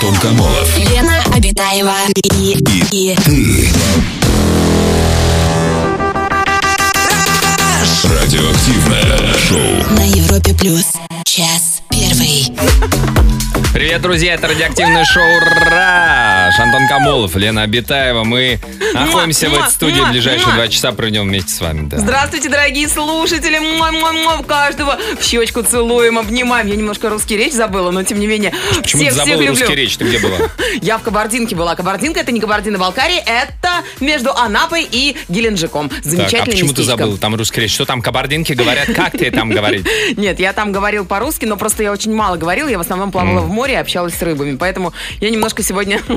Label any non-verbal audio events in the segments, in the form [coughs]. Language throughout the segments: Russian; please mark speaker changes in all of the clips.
Speaker 1: Богомолов
Speaker 2: Лена Обитаева и, и, и
Speaker 1: ты. Радиоактивное шоу.
Speaker 2: на Европе плюс час первый.
Speaker 3: Привет, друзья, это радиоактивное шоу «Раш». Антон Камолов, Лена Абитаева. Мы находимся в
Speaker 4: муа,
Speaker 3: этой студии.
Speaker 4: муа,
Speaker 3: Ближайшие
Speaker 4: муа.
Speaker 3: два часа проведем вместе с вами. да.
Speaker 4: Здравствуйте, дорогие слушатели. Муа-муа-муа. Каждого в щечку целуем, обнимаем. Я немножко русский речь забыла, но тем не менее.
Speaker 3: Почему ты
Speaker 4: всех, всех
Speaker 3: забыла
Speaker 4: люблю.
Speaker 3: русский речь? Ты где была? а
Speaker 4: Я в Кабардинке была. Кабардинка это не Кабардино-Балкария, это между Анапой и Геленджиком.
Speaker 3: Так,
Speaker 4: Замечательное
Speaker 3: а почему ты
Speaker 4: местечко.
Speaker 3: забыла там русский речь? Что там кабардинки говорят? Как ты там говорить?
Speaker 4: [laughs] Нет, я там говорил по-русски, но просто я очень мало говорила. Я в основном плавала в море и общалась с рыбами. Поэтому я немножко сегодня... [laughs]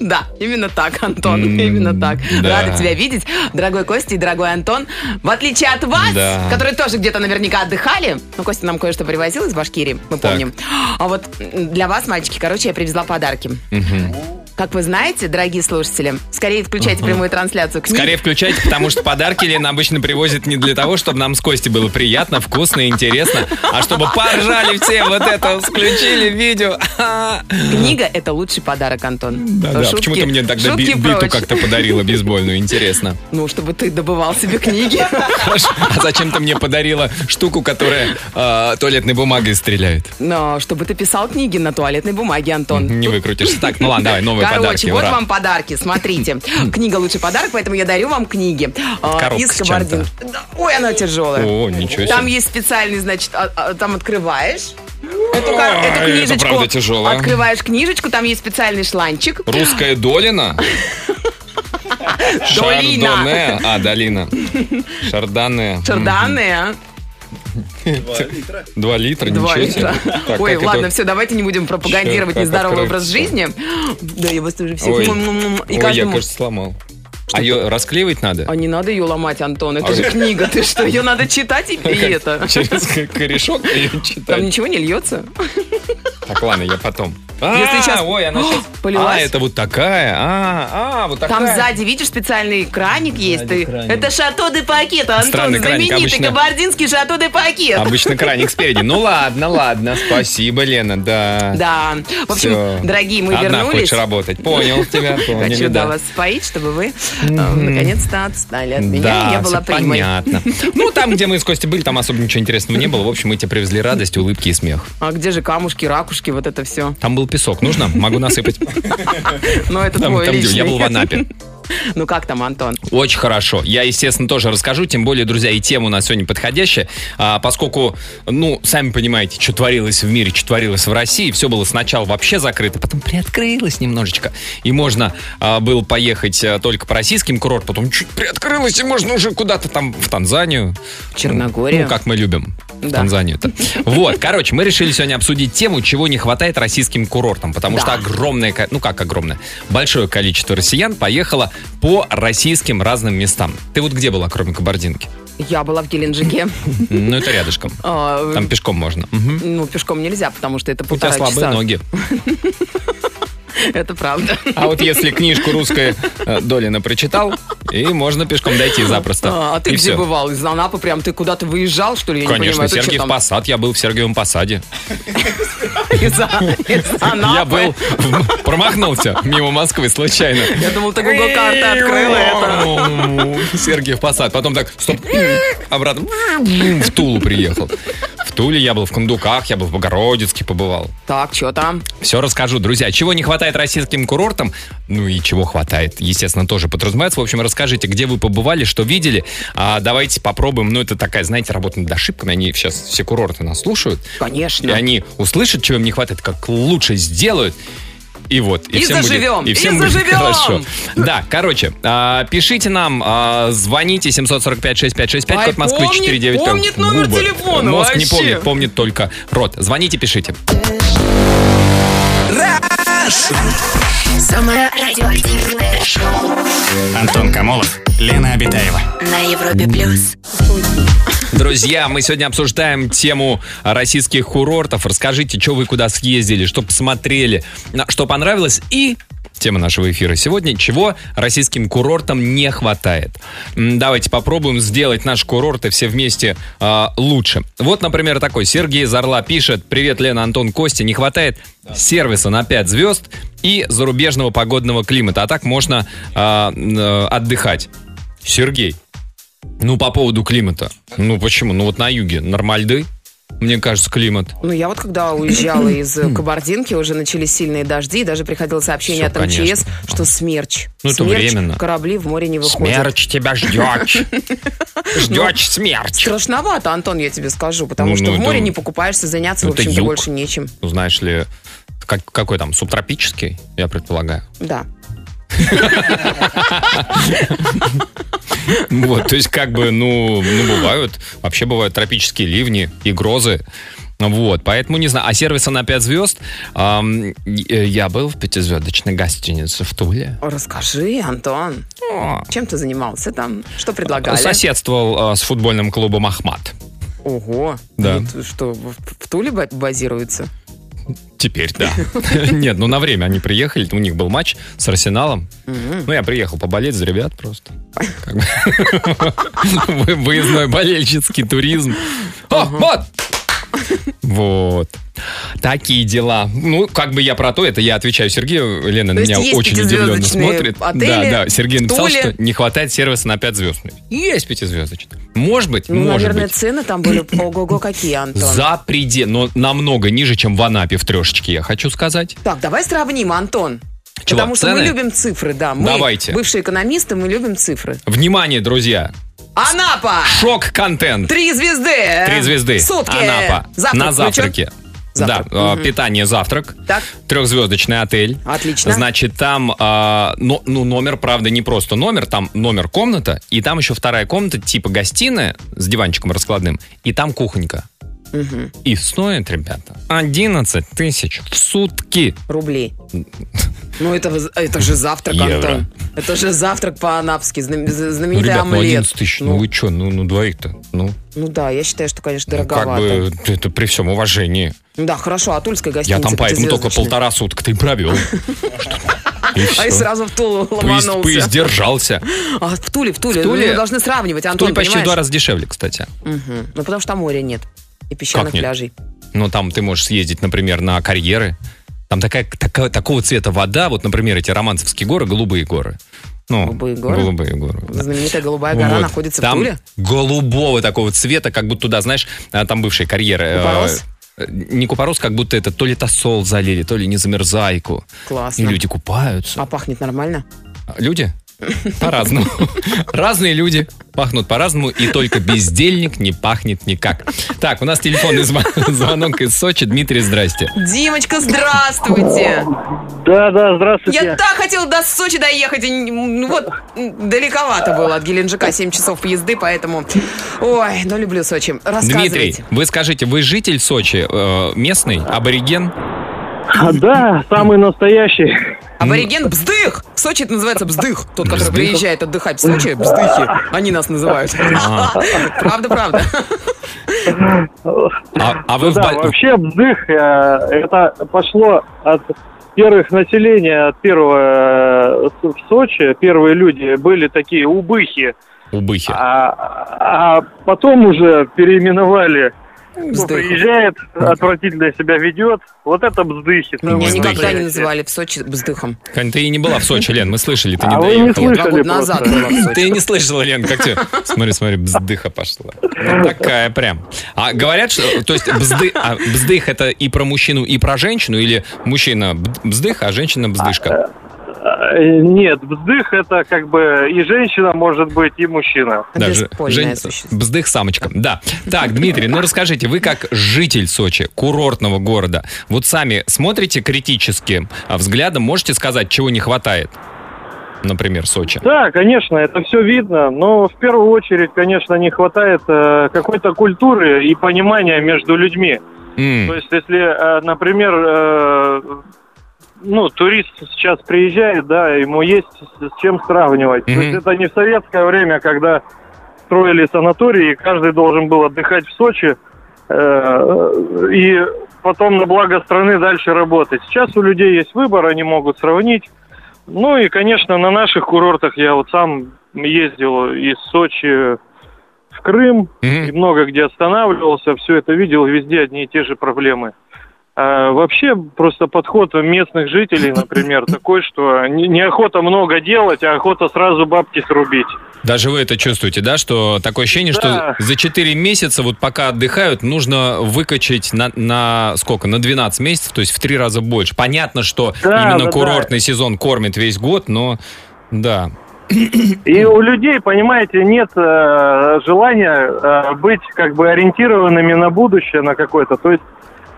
Speaker 4: Да, именно так, Антон,
Speaker 3: М,
Speaker 4: именно так.
Speaker 3: да.
Speaker 4: Рада тебя видеть, дорогой Костя и дорогой Антон. В отличие от вас,
Speaker 3: Да.
Speaker 4: которые тоже где-то наверняка отдыхали, ну, Костя нам кое-что привозил из Башкирии, мы
Speaker 3: Так.
Speaker 4: помним. А вот м, для вас, мальчики, короче, я привезла подарки. Как вы знаете, дорогие слушатели, скорее включайте прямую трансляцию книги.
Speaker 3: Скорее включайте, потому что подарки Лена обычно привозит не для того, чтобы нам с Костей было приятно, вкусно и интересно, а чтобы поржали все вот это, включили видео.
Speaker 4: Книга – это лучший подарок, Антон.
Speaker 3: Да-да,
Speaker 4: Шутки-
Speaker 3: почему ты мне тогда би-
Speaker 4: шутки
Speaker 3: биту
Speaker 4: прочь.
Speaker 3: как-то подарила бейсбольную, интересно.
Speaker 4: Ну, чтобы ты добывал
Speaker 3: [laughs]
Speaker 4: себе книги.
Speaker 3: Хорошо. А зачем ты мне подарила штуку, которая э, туалетной бумагой стреляет?
Speaker 4: Но чтобы ты писал книги на туалетной бумаге, Антон.
Speaker 3: Не выкрутишься. Так, ну ладно, давай, новые
Speaker 4: Короче,
Speaker 3: подарки.
Speaker 4: вот
Speaker 3: ура. Хм.
Speaker 4: вам подарки, смотрите. Книга лучший подарок, поэтому я дарю вам книги. А,
Speaker 3: коробка
Speaker 4: Из
Speaker 3: с чем-то.
Speaker 4: Кабардин- Да, Ой, она тяжелая.
Speaker 3: О, ничего себе.
Speaker 4: Там есть специальный, значит, а- а, там открываешь. Эту, ка-
Speaker 3: Ой,
Speaker 4: эту
Speaker 3: это
Speaker 4: книжечку.
Speaker 3: правда тяжелая.
Speaker 4: Открываешь книжечку, там есть специальный шланчик.
Speaker 3: Русская
Speaker 4: [laughs]
Speaker 3: долина?
Speaker 4: Долина.
Speaker 3: Шардоне. А, долина. Шардоне.
Speaker 4: Шарданные, а?
Speaker 3: Два литра, ничего
Speaker 4: Два
Speaker 3: себе.
Speaker 4: литра.
Speaker 3: Так,
Speaker 4: Ой,
Speaker 3: как
Speaker 4: ладно,
Speaker 3: это-
Speaker 4: все, давайте не будем пропагандировать
Speaker 3: Чё, как
Speaker 4: нездоровый образ
Speaker 3: открыть-то?
Speaker 4: жизни. Да, я вас тоже всех.
Speaker 3: Ой.
Speaker 4: М-м-м. И
Speaker 3: Ой, я,
Speaker 4: каждому...
Speaker 3: кажется, сломал. А ее расклеивать надо?
Speaker 4: А не надо ее ломать, Антон, это
Speaker 3: А
Speaker 4: же
Speaker 3: как?
Speaker 4: книга, ты что, ее
Speaker 3: [laughs]
Speaker 4: надо читать и, и это.
Speaker 3: Через корешок ее
Speaker 4: Там
Speaker 3: читать.
Speaker 4: ничего не льется.
Speaker 3: Так, ладно, я потом.
Speaker 4: Если
Speaker 3: А,
Speaker 4: сейчас-
Speaker 3: Ой, она сейчас...
Speaker 4: Полилась.
Speaker 3: А, это вот такая. А, а, вот такая.
Speaker 4: Там сзади, видишь, специальный краник есть.
Speaker 3: Сзади
Speaker 4: Ты-
Speaker 3: краник.
Speaker 4: Это шато де пакет, Антон,
Speaker 3: Странный краник,
Speaker 4: знаменитый
Speaker 3: обычно-
Speaker 4: кабардинский шато де пакет.
Speaker 3: Обычно краник спереди. Ну ладно, ладно, спасибо, Лена, да.
Speaker 4: Да. В общем,
Speaker 3: Всё.
Speaker 4: дорогие, мы
Speaker 3: Одна
Speaker 4: вернулись.
Speaker 3: хочешь работать. Понял тебя, поняли,
Speaker 4: [laughs] Хочу да,
Speaker 3: да.
Speaker 4: вас споить, чтобы вы э, наконец-то отстали от меня.
Speaker 3: да,
Speaker 4: и я была
Speaker 3: всё
Speaker 4: прямой.
Speaker 3: понятно. Ну, там, где мы с Костей были, там особо ничего интересного не было. В общем, мы тебе привезли радость, улыбки и смех.
Speaker 4: А где же камушки, ракушки, вот это все?
Speaker 3: Там был песок. Нужно? Могу насыпать.
Speaker 4: Но это
Speaker 3: Там,
Speaker 4: твой
Speaker 3: там где
Speaker 4: личный.
Speaker 3: я был в Анапе.
Speaker 4: [laughs] Ну как там, Антон?
Speaker 3: Очень хорошо. Я, естественно, тоже расскажу. Тем более, друзья, и тема у нас сегодня подходящая. А, поскольку, ну, сами понимаете, что творилось в мире, что творилось в России. Все было сначала вообще закрыто, потом приоткрылось немножечко. И можно а, было поехать а, только по российским курортам, потом чуть приоткрылось, и можно уже куда-то там в Танзанию.
Speaker 4: Черногорию.
Speaker 3: Ну, как мы любим. В
Speaker 4: Да.
Speaker 3: Танзанию-то. Вот, короче, мы решили сегодня обсудить тему, чего не хватает российским курортам, потому
Speaker 4: Да.
Speaker 3: что огромное, ко- ну как огромное, большое количество россиян поехало по российским разным местам. Ты вот где была, кроме Кабардинки?
Speaker 4: Я была в
Speaker 3: [laughs]
Speaker 4: Геленджике.
Speaker 3: Ну, это рядышком.
Speaker 4: А,
Speaker 3: Там пешком можно. Мгм.
Speaker 4: Ну, пешком нельзя, потому что это
Speaker 3: У тебя
Speaker 4: полтора
Speaker 3: слабые
Speaker 4: часа.
Speaker 3: ноги. [laughs]
Speaker 4: Это правда.
Speaker 3: А вот если книжку русская э, Долина прочитал, и можно пешком дойти запросто.
Speaker 4: А ты
Speaker 3: И
Speaker 4: где
Speaker 3: всё.
Speaker 4: бывал? Из Анапы прям ты куда-то выезжал, что ли? Я
Speaker 3: Конечно,
Speaker 4: не понимаю, ты чё
Speaker 3: Сергиев
Speaker 4: там [laughs]
Speaker 3: Посад. Я был в Сергиевом Посаде.
Speaker 4: из А- из Анапы?
Speaker 3: [laughs] Я был... в- Промахнулся мимо Москвы случайно.
Speaker 4: Я думал, ты Google карты открыла это.
Speaker 3: [laughs] Сергиев Посад. Потом так, стоп, [laughs] обратно [laughs] в Тулу приехал. В Туле я был, в Кундуках я был, в Богородицке побывал.
Speaker 4: Так, что там?
Speaker 3: Все расскажу, друзья. Чего не хватает российским курортам, ну и чего хватает, естественно, тоже подразумевается. В общем, расскажите, где вы побывали, что видели. А, давайте попробуем. Ну, это такая, знаете, работа над ошибками. Они сейчас все курорты нас слушают. И
Speaker 4: Конечно.
Speaker 3: они услышат, чего им не хватает, как лучше сделают. И вот.
Speaker 4: И
Speaker 3: всем будет-
Speaker 4: заживем,
Speaker 3: и
Speaker 4: и
Speaker 3: всем будет
Speaker 4: заживем!
Speaker 3: хорошо. Да, короче, а, пишите нам, а, звоните 745-6565,
Speaker 4: Ай,
Speaker 3: код Москвы
Speaker 4: помнит,
Speaker 3: 495.
Speaker 4: помнит номер телефона
Speaker 3: Мозг не
Speaker 4: вообще.
Speaker 3: помнит, помнит только рот. Звоните, пишите.
Speaker 2: Самое радиоактивное шоу
Speaker 5: Антон Камолов, Лена Обитаева.
Speaker 2: на Европе плюс.
Speaker 3: Друзья, мы сегодня обсуждаем тему российских курортов. Расскажите, что вы куда съездили, что посмотрели, на- что понравилось и Тема нашего эфира сегодня. Чего российским курортам не хватает? М, Давайте попробуем сделать наши курорты все вместе а, лучше. Вот, например, такой Сергей Зарла пишет. Привет, Лена, Антон, Костя. Не хватает сервиса на 5 звезд и зарубежного погодного климата. А так можно а, м, э, отдыхать. Сергей, ну по поводу климата. Ну почему? Ну вот на юге нормальды, мне кажется, климат.
Speaker 4: Ну, я вот когда уезжала
Speaker 3: [laughs]
Speaker 4: из э, Кабардинки, уже начались сильные дожди, и даже приходило сообщение
Speaker 3: Всё,
Speaker 4: от МЧС,
Speaker 3: конечно.
Speaker 4: что смерч.
Speaker 3: Ну, это
Speaker 4: смерч,
Speaker 3: временно.
Speaker 4: корабли в море не выходят.
Speaker 3: Смерч тебя ждет. Ждет смерч.
Speaker 4: Страшновато, Антон, я тебе скажу, потому
Speaker 3: Ну,
Speaker 4: что
Speaker 3: ну,
Speaker 4: в море
Speaker 3: это-
Speaker 4: не покупаешься, заняться,
Speaker 3: ну,
Speaker 4: в
Speaker 3: это
Speaker 4: общем-то,
Speaker 3: юг.
Speaker 4: больше нечем.
Speaker 3: Ну, знаешь ли, как- какой там, субтропический, я предполагаю. [laughs]
Speaker 4: Да.
Speaker 3: Вот, то есть как бы, ну, ну, бывают, вообще бывают тропические ливни и грозы. Вот, поэтому не знаю. А сервиса на 5 звезд, ам, э, я был в пятизвездочной гостинице в Туле.
Speaker 4: Расскажи, Антон,
Speaker 3: О,
Speaker 4: чем ты занимался там? Что предлагали?
Speaker 3: Соседствовал э, с футбольным клубом «Ахмат».
Speaker 4: Ого.
Speaker 3: Да.
Speaker 4: Они т- что, в, в Туле ба- базируются?
Speaker 3: Теперь, да. [laughs] Нет, ну на время они приехали, у них был матч с Арсеналом.
Speaker 4: Мгм.
Speaker 3: Ну, я приехал поболеть за ребят просто. Как бы.
Speaker 4: [laughs]
Speaker 3: Вы- Выездной болельщицкий туризм. О, вот! Вот. Такие дела. Ну, как бы я про то, это я отвечаю Сергею. Лена на
Speaker 4: То есть
Speaker 3: меня
Speaker 4: есть
Speaker 3: очень удивленно
Speaker 4: пятизвездочные
Speaker 3: смотрит.
Speaker 4: отели
Speaker 3: да, да. Сергей
Speaker 4: в
Speaker 3: написал,
Speaker 4: Туле.
Speaker 3: что не хватает сервиса на 5 звезд. Есть пятизвездочный. Может быть,
Speaker 4: Ну,
Speaker 3: может
Speaker 4: наверное,
Speaker 3: быть.
Speaker 4: цены там были ого-го какие, Антон.
Speaker 3: За предел, но намного ниже, чем в Анапе в трешечке, я хочу сказать.
Speaker 4: Так, давай сравним, Антон.
Speaker 3: Чего,
Speaker 4: Потому что мы
Speaker 3: цены?
Speaker 4: любим цифры, да. Мы,
Speaker 3: Давайте.
Speaker 4: бывшие экономисты, мы любим цифры.
Speaker 3: Внимание, друзья!
Speaker 4: Анапа!
Speaker 3: Шок-контент!
Speaker 4: Три звезды!
Speaker 3: Три звезды.
Speaker 4: Сутки!
Speaker 3: Анапа.
Speaker 4: Завтрак
Speaker 3: На
Speaker 4: включен?
Speaker 3: завтраке.
Speaker 4: Завтрак.
Speaker 3: Да, э,
Speaker 4: Мгм.
Speaker 3: питание, завтрак.
Speaker 4: Так.
Speaker 3: Трехзвездочный отель.
Speaker 4: Отлично.
Speaker 3: Значит, там э, но- ну, номер, правда, не просто номер, там номер комната, и там еще вторая комната, типа гостиная с диванчиком раскладным, и там кухонька.
Speaker 4: Мгм.
Speaker 3: И стоит, ребята, 11 тысяч в сутки.
Speaker 4: Рублей. Ну, это, воз- это же завтрак,
Speaker 3: Евро.
Speaker 4: Антон. Это же завтрак по-анапски. Знам- з-
Speaker 3: Ну,
Speaker 4: Знаменитый
Speaker 3: ребят, ну
Speaker 4: омлет.
Speaker 3: 11 тысяч, ну, вы что, ну, ну двоих-то, ну,
Speaker 4: ну да, я считаю, что, конечно,
Speaker 3: ну, как
Speaker 4: дороговато.
Speaker 3: бы, это при всем уважении.
Speaker 4: Ну Да, хорошо, а тульская
Speaker 3: Я
Speaker 4: гостиница
Speaker 3: там поэтому только
Speaker 4: пятизвездочная.
Speaker 3: полтора суток ты и
Speaker 4: [laughs]
Speaker 3: провел. Что? И
Speaker 4: А
Speaker 3: всё.
Speaker 4: и сразу в Тулу
Speaker 3: Поис-
Speaker 4: ломанулся.
Speaker 3: Поиздержался.
Speaker 4: А в Туле, в Туле.
Speaker 3: В Туле-
Speaker 4: Ну, мы должны сравнивать,
Speaker 3: В
Speaker 4: Антон,
Speaker 3: Туле почти в
Speaker 4: понимаешь?
Speaker 3: два раза дешевле, кстати.
Speaker 4: Мгм. Ну, потому что там моря нет. И песчаных
Speaker 3: нет?
Speaker 4: пляжей.
Speaker 3: Но там ты можешь съездить, например, на карьеры. Там такая, такая- такого цвета вода. Вот, например, эти Романцевские горы, голубые горы. Ну,
Speaker 4: Голубые горы?
Speaker 3: Голубые горы. да.
Speaker 4: Знаменитая Голубая гора
Speaker 3: Вот.
Speaker 4: находится
Speaker 3: там
Speaker 4: в Туле.
Speaker 3: голубого такого цвета, как будто туда, знаешь, а, там бывшие карьеры. э,
Speaker 4: Купорос?
Speaker 3: э, Не купорос, как будто это то ли тосол залили, то ли незамерзайку. И
Speaker 4: Классно.
Speaker 3: люди купаются.
Speaker 4: А пахнет нормально?
Speaker 6: [laughs]
Speaker 3: Люди? По-разному. Разные люди пахнут по-разному, и только бездельник не пахнет никак. Так, у нас телефонный зв- [laughs] звонок из Сочи. Дмитрий, здрасте.
Speaker 4: Димочка, здравствуйте!
Speaker 6: Да, да, здравствуйте.
Speaker 4: Я так хотела до Сочи доехать. и не- ну Вот, м, далековато было от Геленджика, 7 часов езды, поэтому... Ой, ну люблю Сочи.
Speaker 3: Дмитрий,
Speaker 4: Рассказывайте.
Speaker 3: вы скажите, вы житель Сочи, э, местный, абориген?
Speaker 6: А, Да, самый настоящий.
Speaker 4: Абориген Бздых! В Сочи это называется Бздых. Тот, который
Speaker 3: Бздых?
Speaker 4: приезжает отдыхать в Сочи, Бздыхи. Они нас называют. Правда, правда.
Speaker 3: А, а вы в
Speaker 6: Ну да,
Speaker 3: Бал-
Speaker 6: вообще вздых, э, это пошло от первых населения, от первого э, с- в Сочи, первые люди были такие убыхи,
Speaker 3: Убыхе?
Speaker 6: а, а потом уже переименовали. Кто
Speaker 4: Бздых.
Speaker 6: приезжает, отвратительно себя ведет, вот это бздыхи.
Speaker 4: Меня
Speaker 3: Бздыхи.
Speaker 4: Ну, никогда не называли в Сочи Бздыхом.
Speaker 3: Ты и не была в Сочи, Лен, мы слышали, ты не
Speaker 6: А вы не
Speaker 3: доехала.
Speaker 4: Два
Speaker 6: слышали
Speaker 4: года назад
Speaker 6: просто.
Speaker 4: была в Сочи.
Speaker 3: Ты не слышала, Лен, как тебе? Смотри, смотри, бздыха пошла. Ну, такая прям. А говорят, что, то есть бзды, а бздых это и про мужчину, и про женщину, или мужчина бд- бздых, а женщина бздышка?
Speaker 6: Э, Нет, вздых это как бы и женщина может быть, и мужчина.
Speaker 3: же-
Speaker 4: Беспольное
Speaker 3: жен-
Speaker 4: существо.
Speaker 3: бздых самочка, да. Так, Дмитрий, ну расскажите, вы как житель Сочи, курортного города, вот сами смотрите критическим а, взглядом, можете сказать, чего не хватает? Например, Сочи.
Speaker 6: Да, конечно, это все видно, но в первую очередь, конечно, не хватает э, какой-то культуры и понимания между людьми.
Speaker 3: М,
Speaker 6: То есть, если, э, например, э, ну, турист сейчас приезжает, да, ему есть с с чем сравнивать. То
Speaker 3: Мгм.
Speaker 6: есть, это не в советское время, когда строили санатории, и каждый должен был отдыхать в Сочи, э, и потом на благо страны дальше работать. Сейчас у людей есть выбор, они могут сравнить. Ну и, конечно, на наших курортах я вот сам ездил из Сочи в Крым
Speaker 3: Мгм.
Speaker 6: и много где останавливался, все это видел, везде одни и те же проблемы. А, вообще просто подход местных жителей, например, такой, что не- неохота много делать, а охота сразу бабки срубить.
Speaker 3: Даже вы это чувствуете, да, что такое ощущение,
Speaker 6: Да.
Speaker 3: что за 4 месяца, вот пока отдыхают, нужно выкачать на, на сколько? На 12 месяцев, то есть в 3 раза больше. Понятно, что
Speaker 6: Да,
Speaker 3: именно
Speaker 6: да, да.
Speaker 3: курортный сезон кормит весь год, но да.
Speaker 6: И у людей, понимаете, нет э, желания э, быть как бы ориентированными на будущее, на какое-то. То есть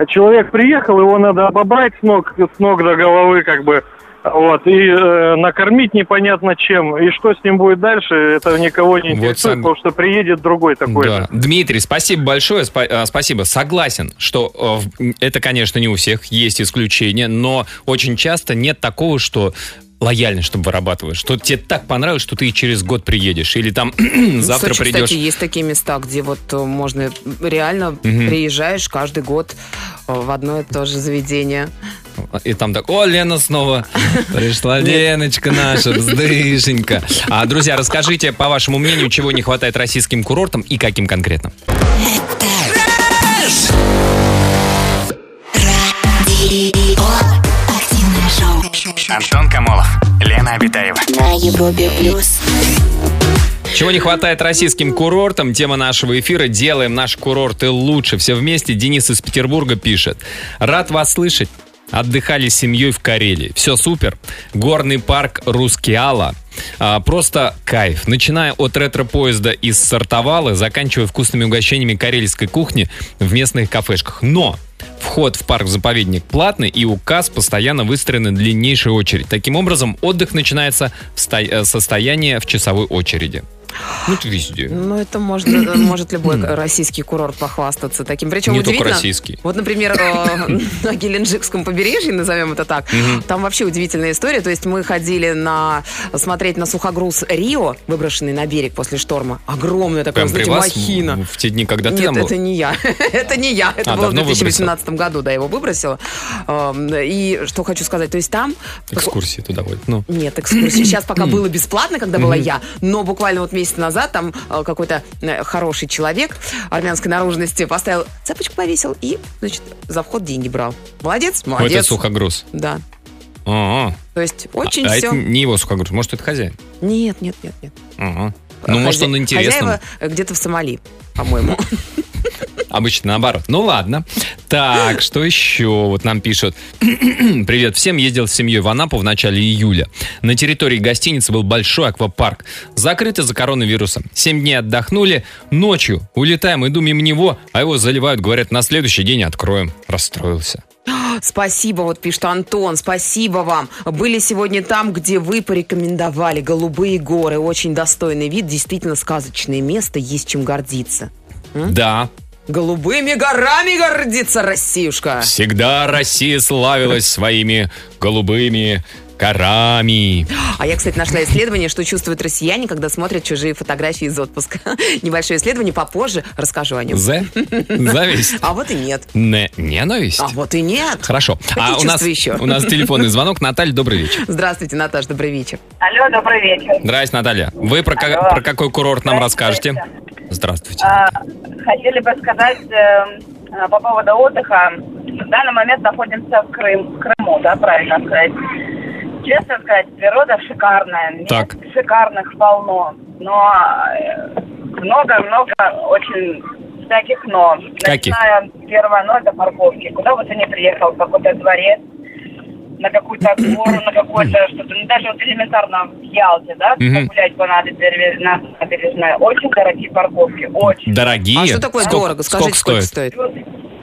Speaker 6: человек приехал, его надо обобрать с ног, с ног до головы, как бы, вот, и э, накормить непонятно чем. И что с ним будет дальше, это никого не
Speaker 3: Вот
Speaker 6: интересует,
Speaker 3: сам-
Speaker 6: потому что приедет другой такой.
Speaker 3: Да. Дмитрий, спасибо большое, спа- э, спасибо. Согласен, что э, в- м, это, конечно, не у всех, есть исключения, но очень часто нет такого, что лояльно, чтобы вырабатываешь, что тебе так понравилось, что ты и через год приедешь, или там [clears throat] завтра
Speaker 4: в Сочи,
Speaker 3: придешь.
Speaker 4: Ну, кстати, есть такие места, где вот э, можно реально приезжаешь каждый год э, в одно и то же заведение.
Speaker 3: И там так, о, Лена снова пришла, Леночка наша, вздышенька. А, друзья, расскажите, по вашему мнению, чего не хватает российским курортам и каким конкретно?
Speaker 2: Радио. Активное шоу.
Speaker 5: Антон Камолов, Лена Обитаева.
Speaker 2: На Европе плюс.
Speaker 3: Чего не хватает российским курортам? Тема нашего эфира «Делаем наши курорты лучше». Все вместе Денис из Петербурга пишет. Рад вас слышать. Отдыхали с семьей в Карелии. Все супер. Горный парк Рускеала. А, просто кайф. Начиная от ретро-поезда из Сартовалы, заканчивая вкусными угощениями карельской кухни в местных кафешках. Но Вход в парк-заповедник платный, и указ постоянно выстроена длиннейшая очередь. Таким образом, отдых начинается в ста- э, состояние в часовой очереди. Ну, это везде.
Speaker 4: Ну,
Speaker 3: [clears throat]
Speaker 4: это можно, может любой российский курорт похвастаться таким. Причем
Speaker 3: Не только
Speaker 4: удивительно.
Speaker 3: российский.
Speaker 4: Вот, например, э, [laughs] на Геленджикском побережье, назовем это так, там вообще удивительная история. То есть мы ходили на смотреть на сухогруз Рио, выброшенный на берег после шторма. Огромная такая,
Speaker 3: Прям при
Speaker 4: знаете,
Speaker 3: вас
Speaker 4: махина.
Speaker 3: в те дни, когда ты
Speaker 4: Нет,
Speaker 3: там был.
Speaker 4: это не я. [laughs] это не я. Это
Speaker 3: А,
Speaker 4: было в
Speaker 3: давно
Speaker 4: 2018 году, да, его выбросила. Эм, И что хочу сказать, то есть там...
Speaker 3: Экскурсии туда вот. Ну.
Speaker 4: Нет, экскурсии. Сейчас пока было бесплатно, когда была я, но буквально вот месяц назад там э, какой-то э, хороший человек армянской наружности поставил цепочку, повесил и, значит, за вход деньги брал. Молодец,
Speaker 3: Ой, это
Speaker 4: молодец.
Speaker 3: сухогруз.
Speaker 4: Да.
Speaker 3: А,
Speaker 4: То есть
Speaker 3: а.
Speaker 4: очень
Speaker 3: А
Speaker 4: все...
Speaker 3: это не его сухогруз. Может, это хозяин?
Speaker 4: Нет, нет, нет, нет.
Speaker 3: Ага. Ну, может,
Speaker 4: А Хозя-
Speaker 3: он интересным.
Speaker 4: Хозяева э, где-то в Сомали, по-моему.
Speaker 3: Обычно наоборот. Ну ладно. Так, что еще? Вот нам пишут. [clears throat] Привет всем. Ездил с семьей в Анапу в начале июля. На территории гостиницы был большой аквапарк. Закрыт из-за коронавируса. Семь дней отдохнули. Ночью улетаем, иду мимо него, а его заливают, говорят, на следующий день откроем. Расстроился.
Speaker 4: Спасибо, вот пишет Антон, спасибо вам. Были сегодня там, где вы порекомендовали. Голубые горы, очень достойный вид, действительно сказочное место, есть чем гордиться.
Speaker 3: Да,
Speaker 4: Голубыми горами гордится Россиюшка.
Speaker 3: всегда Россия славилась своими голубыми горами.
Speaker 4: А я, кстати, нашла исследование, что чувствуют россияне, когда смотрят чужие фотографии из отпуска. [laughs] Небольшое исследование, попозже расскажу о нем.
Speaker 3: Зе? Зависть?
Speaker 4: А вот и нет.
Speaker 3: Не- Ненависть?
Speaker 4: А вот и нет.
Speaker 3: Хорошо. А у
Speaker 4: чувства
Speaker 3: нас,
Speaker 4: еще?
Speaker 3: у нас телефонный звонок. Наталья, добрый вечер.
Speaker 4: Здравствуйте, Наташ, добрый вечер.
Speaker 7: Алло, добрый вечер.
Speaker 3: Здрасте, Наталья. Вы про, ка-
Speaker 7: Алло.
Speaker 3: про какой курорт нам
Speaker 7: Здравствуйте.
Speaker 3: расскажете? Здравствуйте.
Speaker 7: А, Хотели бы сказать э, э, по поводу отдыха. В данный момент находимся в, Крым, в Крыму, да, правильно сказать. Честно сказать, природа шикарная. мест
Speaker 3: Так.
Speaker 7: Шикарных полно. Но э, много-много очень всяких «но».
Speaker 3: Каких?
Speaker 7: Начиная с первого «но» до парковки. Куда бы ты ни приехал, в какой-то дворец, на какую-то гору, на какое-то что-то. Ну, даже вот элементарно в Ялте, да,
Speaker 3: Мгм.
Speaker 7: гулять по набережной, на набережной. Очень дорогие парковки, очень.
Speaker 3: Дорогие.
Speaker 4: А что такое
Speaker 3: Сколько-
Speaker 4: дорого? Скажите,
Speaker 3: сколько стоит?
Speaker 7: Плюс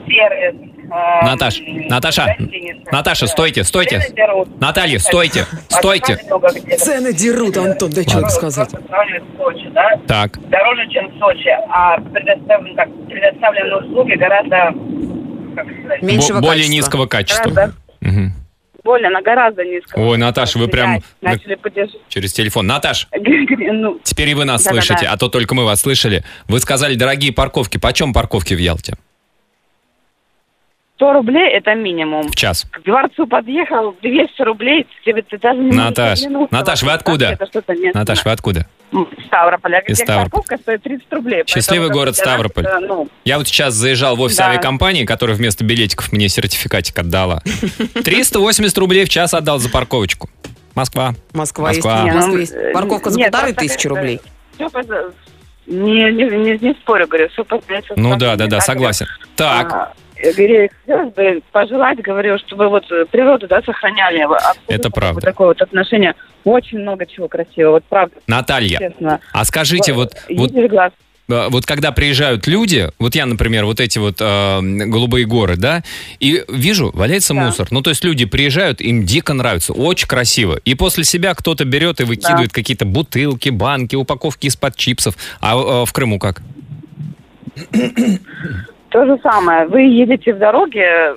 Speaker 7: сервис. эм,
Speaker 3: Наташ, Наташа,
Speaker 7: гостиница.
Speaker 3: Наташа,
Speaker 7: Да.
Speaker 3: стойте, стойте.
Speaker 7: Цены берут.
Speaker 3: Наталья, стойте,
Speaker 7: От
Speaker 3: стойте.
Speaker 7: Сочи много где.
Speaker 4: Цены дерут, Антон, да что
Speaker 7: Дороже,
Speaker 4: тут сказать.
Speaker 7: просто сравнивать с Сочи, да?
Speaker 3: Так.
Speaker 7: Дороже, чем в Сочи, а предоставлен, как, предоставлены услуги гораздо, как сказать,
Speaker 3: Бо-
Speaker 4: Меньшего
Speaker 3: более
Speaker 4: качества.
Speaker 3: низкого качества.
Speaker 7: Гораздо.
Speaker 3: Мгм.
Speaker 7: более, на гораздо низко.
Speaker 3: Ой, Наташа, вы прям на-
Speaker 7: Начали [laughs] поддерживать.
Speaker 3: через телефон. Наташ,
Speaker 7: Ну,
Speaker 3: теперь и вы нас
Speaker 7: Да-да-да.
Speaker 3: слышите, а то только мы вас слышали. Вы сказали, дорогие парковки. Почем парковки в Ялте?
Speaker 7: 100 рублей – это минимум.
Speaker 3: В час.
Speaker 7: К дворцу подъехал, 200 рублей, тебе ты даже не
Speaker 3: Наташ,
Speaker 7: оглянулся.
Speaker 3: Наташ, вы
Speaker 7: Так,
Speaker 3: откуда?
Speaker 7: Это что-то не-
Speaker 3: Наташ, вы откуда?
Speaker 7: М, Ставрополя.
Speaker 3: Из
Speaker 7: Где
Speaker 3: Ставрополя.
Speaker 7: парковка стоит 30 рублей.
Speaker 3: Счастливый
Speaker 7: поэтому,
Speaker 3: город
Speaker 7: как бы, для нас
Speaker 3: Ставрополь.
Speaker 7: это, ну,
Speaker 3: Я вот сейчас заезжал в офис
Speaker 7: Да.
Speaker 3: авиакомпании, которая вместо билетиков мне сертификатик отдала. 380 рублей в час отдал за парковочку. Москва.
Speaker 4: Москва, есть.
Speaker 3: Москва.
Speaker 4: в
Speaker 7: Не, ну,
Speaker 4: Москве есть.
Speaker 7: э,
Speaker 4: Парковка за
Speaker 7: нет,
Speaker 4: полторы
Speaker 7: просто
Speaker 4: тысячи
Speaker 7: как-то
Speaker 4: рублей.
Speaker 7: всё поза- Не, не, не, не спорю, говорю, все познается.
Speaker 3: Ну да, да, да, согласен.
Speaker 7: А,
Speaker 3: Так,
Speaker 7: Говорю, хотелось бы пожелать, говорю, чтобы вот э, природу, да, сохраняли. а абсолютно
Speaker 3: Это правда.
Speaker 7: вот Такое вот отношение. Очень много чего красивого, вот правда,
Speaker 3: Наталья,
Speaker 7: честно.
Speaker 3: а скажите, вот, вот,
Speaker 7: Видели глаз?
Speaker 3: э, вот когда приезжают люди, вот я, например, вот эти вот э, голубые горы, да, и вижу, валяется
Speaker 7: Да.
Speaker 3: мусор. Ну, то есть люди приезжают, им дико нравится, очень красиво. И после себя кто-то берет и выкидывает какие-то бутылки, банки, упаковки из-под чипсов. А э, в Крыму как?
Speaker 7: То же самое. Вы едете в дороге,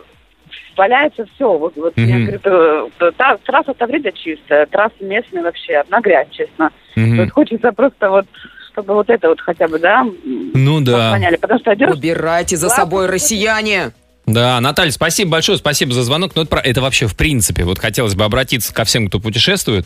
Speaker 7: валяется все. Вот, вот я
Speaker 3: Мгм.
Speaker 7: говорю, э, та- трасса Таврида чистая, трасса местная вообще, одна грязь, честно.
Speaker 3: Мгм.
Speaker 7: Вот хочется просто вот, чтобы вот это вот хотя бы, да, м,
Speaker 3: Ну да.
Speaker 7: поняли. Потому что идешь,
Speaker 4: Убирайте за
Speaker 7: Ладно.
Speaker 4: собой, россияне.
Speaker 3: Да, Наталья, спасибо большое, спасибо за звонок. Но это, про- это вообще в принципе, вот хотелось бы обратиться ко всем, кто путешествует.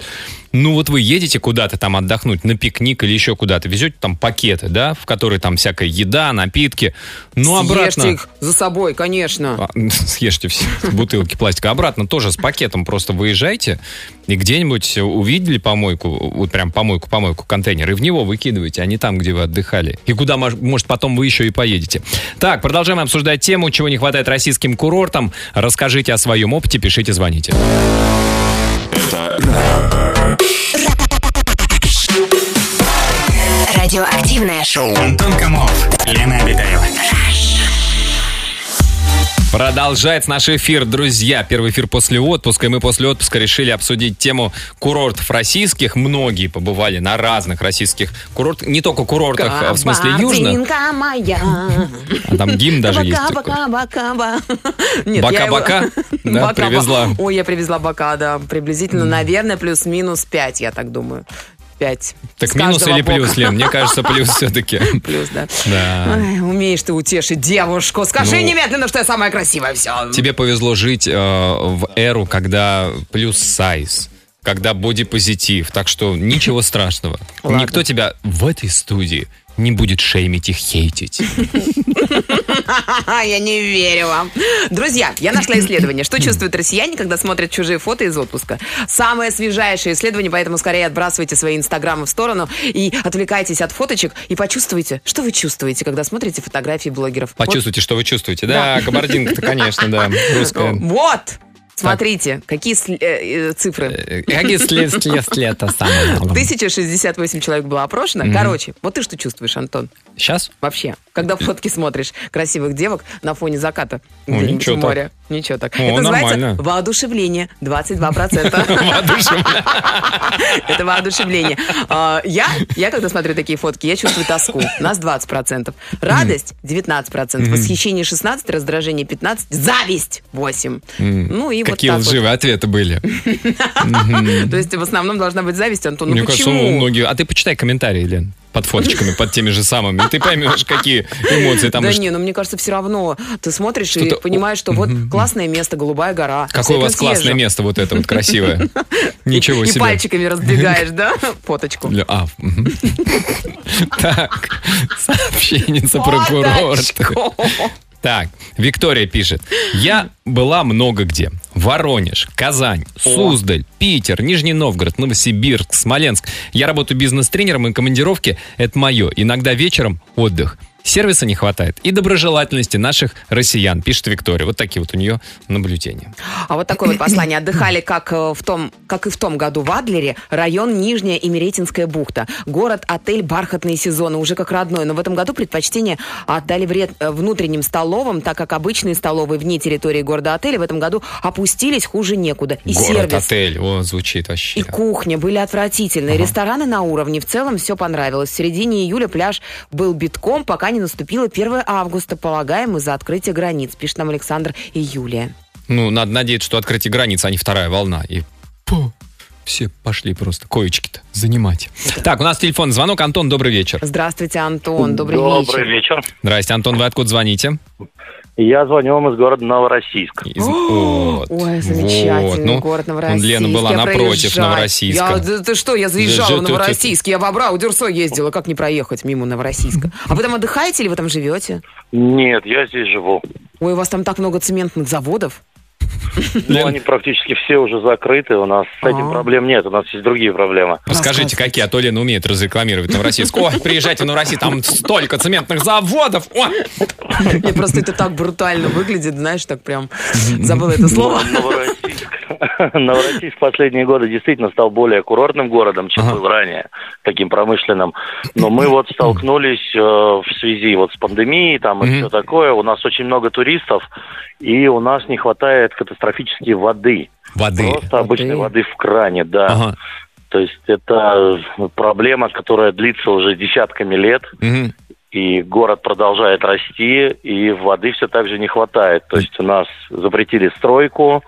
Speaker 3: Ну вот вы едете куда-то там отдохнуть, на пикник или еще куда-то, везете там пакеты, да, в которые там всякая еда, напитки. Ну обратно...
Speaker 4: Съешьте их за собой, конечно.
Speaker 3: А, Съешьте все [laughs] бутылки пластика. Обратно тоже с пакетом просто выезжайте и где-нибудь увидели помойку, вот прям помойку, помойку, контейнер, и в него выкидываете, а не там, где вы отдыхали. И куда, мож- может, потом вы еще и поедете. Так, продолжаем обсуждать тему, чего не хватает российским курортам. Расскажите о своем опыте, пишите, звоните.
Speaker 2: Радиоактивное шоу.
Speaker 5: Антон Камолов, Лена Обитаева.
Speaker 3: Продолжается наш эфир, друзья. Первый эфир после отпуска, и мы после отпуска решили обсудить тему курортов российских. Многие побывали на разных российских курортах, не только курортах, а в смысле южных.
Speaker 4: Кабардинка моя.
Speaker 3: А там гимн даже есть.
Speaker 4: Бока,
Speaker 3: такой.
Speaker 4: бока, бока, бока. [laughs] Нет,
Speaker 3: Бока,
Speaker 4: я его- [laughs]
Speaker 3: бока? Да,
Speaker 4: Бока,
Speaker 3: привезла.
Speaker 4: бока. Ой, я привезла бока, да. Приблизительно, наверное, плюс-минус 5, я так думаю. 5.
Speaker 3: Так минус или плюс, Лен? Мне кажется, плюс
Speaker 4: [laughs]
Speaker 3: все-таки.
Speaker 4: Плюс, да.
Speaker 3: Да.
Speaker 4: Ой, умеешь ты утешить девушку. Скажи
Speaker 3: Ну.
Speaker 4: немедленно, что я самая красивая. Все.
Speaker 3: Тебе повезло жить э, в эру, когда плюс сайз, когда бодипозитив. Так что ничего страшного.
Speaker 4: Ладно.
Speaker 3: Никто тебя в этой студии не будет шеймить и
Speaker 4: [laughs]
Speaker 3: хейтить.
Speaker 4: А, Я не верю вам. Друзья, я нашла исследование. Что чувствуют россияне, когда смотрят чужие фото из отпуска? Самое свежайшее исследование, поэтому скорее отбрасывайте свои инстаграмы в сторону и отвлекайтесь от фоточек и почувствуйте, что вы чувствуете, когда смотрите фотографии блогеров. Вот
Speaker 3: Почувствуйте, что вы чувствуете. Да, кабардинка-то, конечно,
Speaker 4: [laughs]
Speaker 3: да, русская.
Speaker 4: Вот! Смотрите, какие сли- э, э, цифры.
Speaker 3: Э, Какие след, след, след, это
Speaker 4: [laughs]
Speaker 3: самое.
Speaker 4: 1068 человек было опрошено. Короче, вот ты что чувствуешь, Антон, [laughs]
Speaker 3: Сейчас?
Speaker 4: вообще, когда фотки смотришь красивых девок на фоне заката
Speaker 3: Ну,
Speaker 4: где-нибудь
Speaker 3: ничего
Speaker 4: у моря. Ничего так.
Speaker 3: О,
Speaker 4: Это называется
Speaker 3: нормально.
Speaker 4: воодушевление.
Speaker 3: [laughs]
Speaker 4: 22%. Это воодушевление. А, Я, я когда смотрю такие фотки, я чувствую тоску. Нас 20%. Радость 19%. Восхищение 16%, раздражение 15%, зависть 8%. Ну и вот
Speaker 3: Какие
Speaker 4: так вот.
Speaker 3: лживые ответы были.
Speaker 4: То есть в основном должна быть зависть, Антон. Ну
Speaker 3: Мне кажется, у
Speaker 4: почему?
Speaker 3: многих... А ты почитай комментарии, Лен, под фоточками, под теми же самыми. И ты поймешь, какие эмоции там.
Speaker 4: да
Speaker 3: и что-
Speaker 4: не, но мне кажется, все равно ты смотришь и
Speaker 3: Что-то-
Speaker 4: понимаешь, что вот классное место, голубая гора.
Speaker 3: Какое у вас
Speaker 4: Обязательно
Speaker 3: классное
Speaker 4: съезжу.
Speaker 3: место вот это вот красивое. Ничего
Speaker 4: [laughs] и,
Speaker 3: себе.
Speaker 4: И
Speaker 3: [laughs]
Speaker 4: пальчиками раздвигаешь, да, фоточку.
Speaker 3: Для- А, мгм. [laughs] Так, сообщение про курорт.
Speaker 4: Фоточку.
Speaker 3: Так, Виктория пишет. Я была много где. Воронеж, Казань, Суздаль, Питер, Нижний Новгород, Новосибирск, Смоленск. Я работаю бизнес-тренером, и командировки – это мое. Иногда вечером – отдых. Сервиса не хватает и доброжелательности наших россиян, пишет Виктория. Вот такие вот у нее наблюдения.
Speaker 4: А вот такое вот послание. Отдыхали, как, э, в том, как и в том году в Адлере, район Нижняя Имеретинская бухта. Город, отель, бархатные сезоны, уже как родной. Но в этом году предпочтение отдали вред э, внутренним столовым, так как обычные столовые вне территории города отеля в этом году опустились хуже некуда. И сервис.
Speaker 3: Город-отель. О, звучит вообще.
Speaker 4: И кухня были отвратительные. Рестораны на уровне. В целом все понравилось. В середине июля пляж был битком, пока не наступило 1 августа, полагаем, из-за открытия границ, пишет нам Александр и Юлия.
Speaker 3: Ну, надо надеяться, что открытие границ, а не вторая волна. И пу, все пошли просто коечки-то занимать. Так, у нас телефон звонок. Антон, добрый вечер.
Speaker 4: Здравствуйте, Антон. Добрый, вечер.
Speaker 6: вечер.
Speaker 3: Здрасте, Антон, вы откуда звоните?
Speaker 8: Я звоню вам из города Новороссийск.
Speaker 3: Из- вот.
Speaker 4: Ой,
Speaker 3: Вот.
Speaker 4: замечательный
Speaker 3: Ну,
Speaker 4: город
Speaker 3: он,
Speaker 4: Новороссийск.
Speaker 3: Лена была
Speaker 4: Я
Speaker 3: напротив
Speaker 4: проезжаю.
Speaker 3: Новороссийска.
Speaker 4: Я, да ты что, я
Speaker 3: Да,
Speaker 4: заезжала в
Speaker 3: ты- ты-
Speaker 4: Новороссийск. Я в Абрау, Дюрсо ездила. Как не проехать мимо Новороссийска? А вы там отдыхаете или вы там живете?
Speaker 8: Нет, я здесь живу.
Speaker 4: Ой, у вас там так много цементных заводов. [laughs]
Speaker 8: Но
Speaker 3: Лен,
Speaker 8: Ну, они практически все уже закрыты. У нас с этим
Speaker 4: А.
Speaker 8: проблем нет. У нас есть другие проблемы.
Speaker 3: Расскажите, какие, а то Лена умеет разрекламировать Новороссийск. Ой, приезжайте в Новороссийск, там столько цементных заводов. О!
Speaker 4: Мне просто это так брутально выглядит, знаешь, так прям забыла это слово.
Speaker 8: Новороссийск. Новороссийск в последние годы действительно стал более курортным городом, чем
Speaker 3: Ага.
Speaker 8: был ранее, таким промышленным. Но мы вот столкнулись э, в связи вот с пандемией там и
Speaker 3: Мгм.
Speaker 8: все такое. У нас очень много туристов, и у нас не хватает катастрофически воды.
Speaker 3: Воды.
Speaker 8: Просто обычной воды в кране, да.
Speaker 3: Ага.
Speaker 8: То есть это проблема, которая длится уже десятками лет,
Speaker 3: Мгм.
Speaker 8: и город продолжает расти, и воды все так же не хватает. То есть у нас запретили стройку,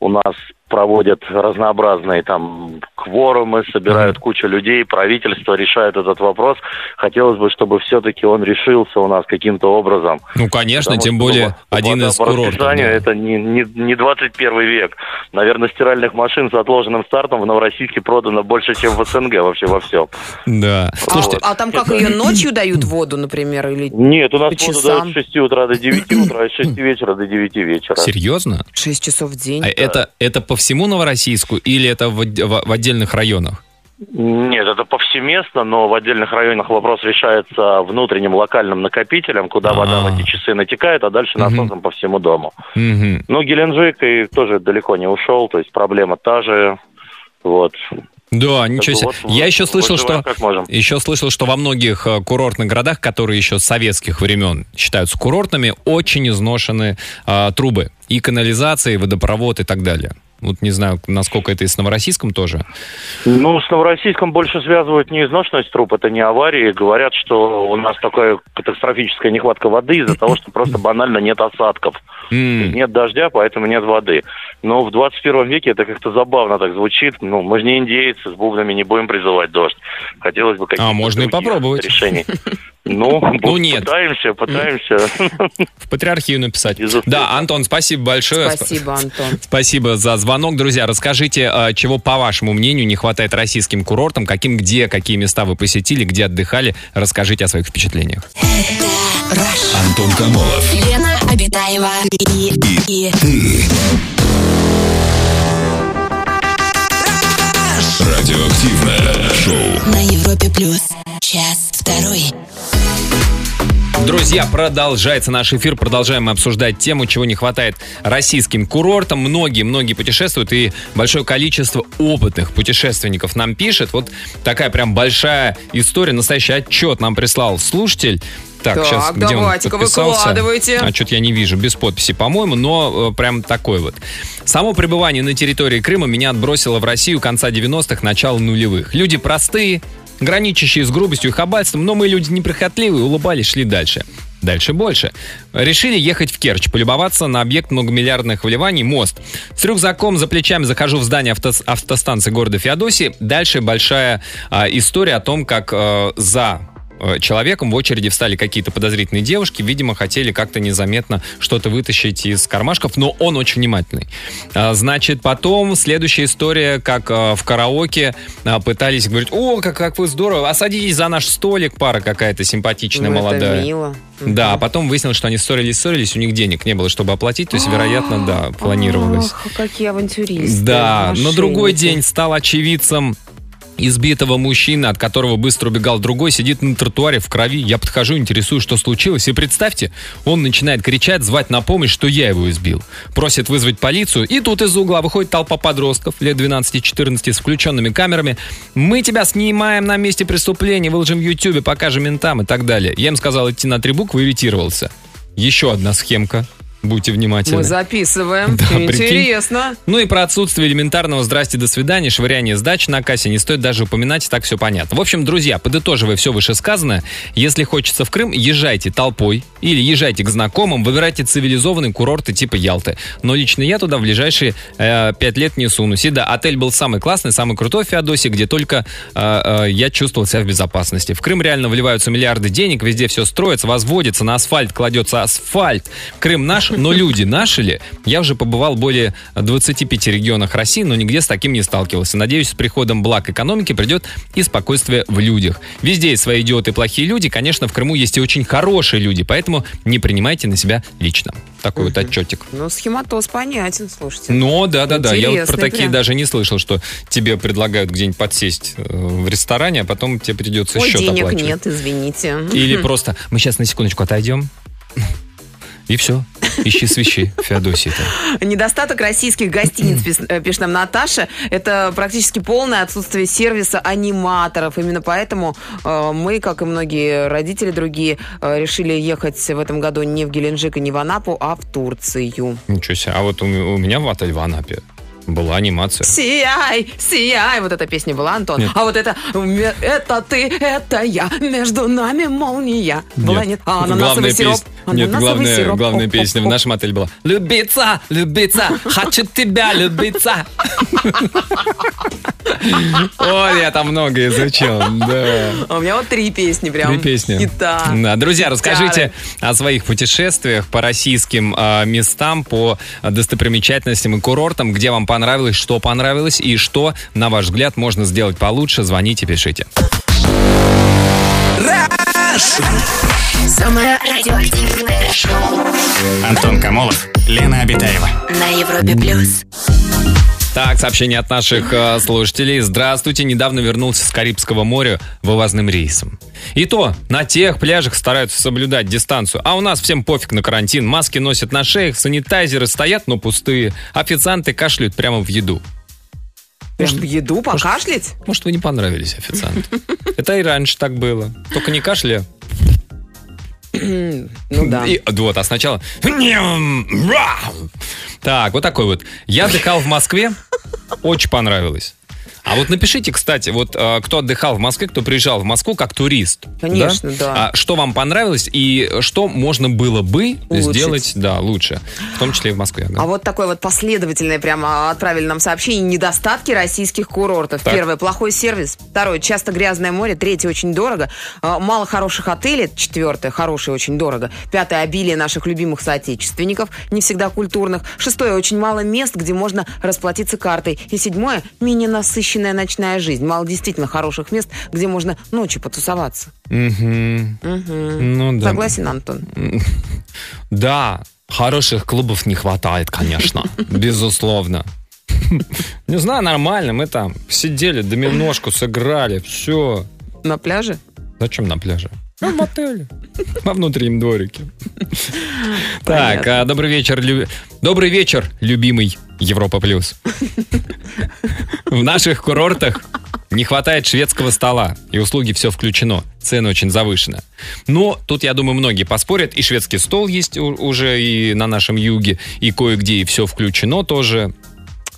Speaker 8: у нас проводят разнообразные там кворумы, собирают кучу людей, правительство решает этот вопрос. Хотелось бы, чтобы все-таки он решился у нас каким-то образом.
Speaker 3: Ну, конечно,
Speaker 8: Потому
Speaker 3: тем
Speaker 8: что
Speaker 3: более
Speaker 8: вода
Speaker 3: один из
Speaker 8: по
Speaker 3: курортов.
Speaker 8: расписанию
Speaker 3: да.
Speaker 8: Это не, не, не 21 век. Наверное, стиральных машин с отложенным стартом в Новороссийске продано больше, чем в СНГ вообще во всем.
Speaker 3: Да.
Speaker 4: А-
Speaker 3: Слушайте,
Speaker 4: а, там как
Speaker 3: [clears throat]
Speaker 4: ее ночью дают воду, например, или
Speaker 8: Нет, у нас
Speaker 4: По
Speaker 8: воду
Speaker 4: часам.
Speaker 8: дают с 6 утра до 9 утра, а
Speaker 3: [clears throat]
Speaker 8: с 6 вечера до 9 вечера.
Speaker 3: серьезно?
Speaker 4: 6 часов в день?
Speaker 3: А это, это по всему Новороссийску или это в, отде- в- в отдельных районах?
Speaker 8: Нет, это повсеместно, но в отдельных районах вопрос решается внутренним локальным накопителем, куда вода
Speaker 3: А.
Speaker 8: в эти часы натекает, а дальше
Speaker 3: Мгм.
Speaker 8: насосом по всему дому.
Speaker 3: Мгм.
Speaker 8: Ну, Геленджик и тоже далеко не ушел, то есть проблема та же. Вот.
Speaker 3: Да, ничего
Speaker 8: Как бы
Speaker 3: себе.
Speaker 8: вот
Speaker 3: Я еще слышал,
Speaker 8: выживаем
Speaker 3: что
Speaker 8: как можем.
Speaker 3: Еще слышал, что во многих э, курортных городах, которые еще с советских времен считаются курортными, очень изношены э, трубы и канализации, и водопровод и так далее. Вот не знаю, насколько это и с Новороссийском тоже.
Speaker 8: Ну, с Новороссийском больше связывают не изношенность труб, это не аварии. Говорят, что у нас такая катастрофическая нехватка воды из-за того, что просто банально нет осадков.
Speaker 3: М,
Speaker 8: Нет дождя, поэтому нет воды. Но в 21 веке это как-то забавно так звучит. Ну, мы же не индейцы, с бубнами не будем призывать дождь. Хотелось бы каких-то
Speaker 3: А, можно и
Speaker 8: других
Speaker 3: попробовать. [laughs]
Speaker 8: решений. Ну,
Speaker 3: Ну, нет.
Speaker 8: пытаемся, пытаемся.
Speaker 3: В патриархию написать.
Speaker 8: Безусловно.
Speaker 3: Да, Антон, спасибо большое.
Speaker 4: Спасибо, Антон.
Speaker 3: Спасибо за звонок, друзья. Расскажите, э, чего, по вашему мнению, не хватает российским курортам, каким, где, какие места вы посетили, где отдыхали. Расскажите о своих впечатлениях.
Speaker 1: Антон Камолов.
Speaker 2: Лена Обитаева и, и
Speaker 1: Радиоактивное шоу.
Speaker 2: на Европе плюс. Час второй.
Speaker 3: Друзья, продолжается наш эфир. Продолжаем мы обсуждать тему, чего не хватает российским курортам. Многие-многие путешествуют, и большое количество опытных путешественников нам пишет. Вот такая прям большая история, настоящий отчет нам прислал слушатель. Так,
Speaker 4: Так,
Speaker 3: сейчас где он
Speaker 4: давайте-ка
Speaker 3: подписался?
Speaker 4: выкладывайте.
Speaker 3: А что-то я не вижу, без подписи, по-моему, но э, прям такой вот. Само пребывание на территории Крыма меня отбросило в Россию конца 90-х, начало нулевых. Люди простые, граничащие с грубостью и хабальством, но мы люди неприхотливые, улыбались, шли дальше. Дальше больше. Решили ехать в Керчь, полюбоваться на объект многомиллиардных вливаний «Мост». С рюкзаком за плечами захожу в здание авто- автостанции города Феодосии. Дальше большая а, история о том, как э, за э, человеком. В очереди встали какие-то подозрительные девушки. Видимо, хотели как-то незаметно что-то вытащить из кармашков, но он очень внимательный. А, Значит, потом следующая история, как э, в караоке а, пытались говорить, о, как, как вы здорово, а садитесь за наш столик, пара какая-то симпатичная,
Speaker 4: Ну, это
Speaker 3: молодая.
Speaker 4: мило.
Speaker 3: Да, а потом выяснилось, что они ссорились-ссорились, у них денег не было, чтобы оплатить, то есть, вероятно, да, планировалось.
Speaker 4: Ах, какие авантюристы.
Speaker 3: Да, но
Speaker 4: мошенники.
Speaker 3: другой день стал очевидцем избитого мужчины, от которого быстро убегал другой, сидит на тротуаре в крови. Я подхожу, интересуюсь, что случилось. И представьте, он начинает кричать, звать на помощь, что я его избил. Просит вызвать полицию. И тут из угла выходит толпа подростков, лет 12-14, с включенными камерами. Мы тебя снимаем на месте преступления, выложим в Ютубе, покажем ментам и так далее. Я им сказал идти на три буквы и ретировался. Еще одна схемка. Будьте внимательны.
Speaker 4: Мы
Speaker 3: [laughs]
Speaker 4: записываем.
Speaker 3: Да, прикинь.
Speaker 4: Интересно.
Speaker 3: Ну и про отсутствие элементарного «здрасте, до свидания», швыряние сдач на кассе не стоит даже упоминать, так все понятно. В общем, друзья, подытоживая все вышесказанное, если хочется в Крым, езжайте толпой или езжайте к знакомым, выбирайте цивилизованные курорты типа Ялты. Но лично я туда в ближайшие э, пять лет не сунусь. И да, отель был самый классный, самый крутой в Феодосии, где только э, э, я чувствовал себя в безопасности. В Крым реально вливаются миллиарды денег, везде все строится, возводится, на асфальт кладется асфальт. Крым наш, но люди наши ли? Я уже побывал в более 25 регионах России, но нигде с таким не сталкивался. Надеюсь, с приходом благ экономики придет и спокойствие в людях. Везде есть свои идиоты и плохие люди. Конечно, в Крыму есть и очень хорошие люди, поэтому не принимайте на себя лично. Такой вот отчетик.
Speaker 4: Ну, схематоз понятен, слушайте.
Speaker 3: Ну, да, да, да. Я вот про
Speaker 4: Интересный
Speaker 3: такие
Speaker 4: прям.
Speaker 3: даже не слышал, что тебе предлагают где-нибудь подсесть э, в ресторане, а потом тебе придется
Speaker 4: Ой,
Speaker 3: счет
Speaker 4: денег
Speaker 3: оплачивать.
Speaker 4: нет, извините.
Speaker 3: Или просто мы сейчас на секундочку отойдем. И все. Ищи свищи, Феодосии-то.
Speaker 4: Недостаток российских гостиниц, пис- э, пишет нам Наташа, это практически полное отсутствие сервиса аниматоров. Именно поэтому э, мы, как и многие родители другие, э, решили ехать в этом году не в Геленджик и не в Анапу, а в Турцию.
Speaker 3: Ничего себе. А вот у, м- у меня в отель в Анапе была анимация.
Speaker 4: Сияй, сияй. Вот эта песня была, Антон.
Speaker 3: Нет.
Speaker 4: А вот это «Ме- «Это ты, это я, между нами молния». Была, нет? А, ананасовый
Speaker 3: главная
Speaker 4: сироп.
Speaker 3: песня- Нет,
Speaker 4: Ананасовый
Speaker 3: главная,
Speaker 4: сироп.
Speaker 3: главная
Speaker 4: Оп, оп,
Speaker 3: песня в
Speaker 4: оп.
Speaker 3: нашем отеле была «Любица, любица, хочу тебя,
Speaker 4: [laughs]
Speaker 3: любица». Ой, я там многое изучил, да.
Speaker 4: А У меня вот три песни прям.
Speaker 3: Три песни.
Speaker 4: Хита.
Speaker 3: Да, друзья, расскажите
Speaker 4: Гитары.
Speaker 3: о своих путешествиях по российским э, местам, по э, достопримечательностям и курортам, где вам понравилось, что понравилось и что, на ваш взгляд, можно сделать получше. Звоните, пишите.
Speaker 2: Самое радиоактивное шоу
Speaker 5: Антон Камолов, Лена Обитаева.
Speaker 2: на Европе плюс.
Speaker 3: Так, сообщение от наших э, слушателей. Здравствуйте, недавно вернулся с Карибского моря вывозным рейсом. И то, на тех пляжах стараются соблюдать дистанцию. А у нас всем пофиг на карантин. Маски носят на шеях, санитайзеры стоят, но пустые. Официанты кашляют прямо в еду.
Speaker 4: Может, в еду покашлять?
Speaker 3: Может, вы не понравились официант. Это и раньше так было. Только не кашля.
Speaker 4: Ну да.
Speaker 3: И, вот, а сначала... Так, вот такой вот. Я отдыхал в Москве. Очень понравилось. А вот напишите, кстати, вот э, кто отдыхал в Москве, кто приезжал в Москву как турист.
Speaker 4: Конечно,
Speaker 3: А
Speaker 4: да.
Speaker 3: что вам понравилось и что можно было бы
Speaker 4: Улучшить.
Speaker 3: сделать, да, лучше. В том числе и в Москве. ага.
Speaker 4: А вот такое вот последовательное прямо отправили нам сообщение. Недостатки российских курортов.
Speaker 3: Так.
Speaker 4: Первое, плохой сервис. Второе, часто грязное море. Третье, очень дорого. А, Мало хороших отелей. Четвертое, хорошие очень дорого. Пятое, обилие наших любимых соотечественников, не всегда культурных. Шестое, очень мало мест, где можно расплатиться картой. И седьмое, менее насыщенная ночная жизнь. Мало действительно хороших мест, где можно ночью потусоваться.
Speaker 3: Мгм.
Speaker 4: Мгм.
Speaker 3: Ну да.
Speaker 4: Согласен, Антон?
Speaker 3: Да, хороших клубов не хватает, конечно. Безусловно. Не знаю, нормально. Мы там сидели, доминошку сыграли, все.
Speaker 4: На пляже?
Speaker 3: Зачем на пляже? Ну, в отеле. Во внутреннем
Speaker 4: [laughs]
Speaker 3: дворике. Так,
Speaker 4: Понятно.
Speaker 3: а, добрый вечер, лю- добрый вечер, любимый Европа плюс. В наших курортах не хватает шведского стола, и услуги все включено. Цены очень завышены. Но тут, я думаю, многие поспорят. И шведский стол есть у- уже и на нашем юге, и кое-где и все включено тоже.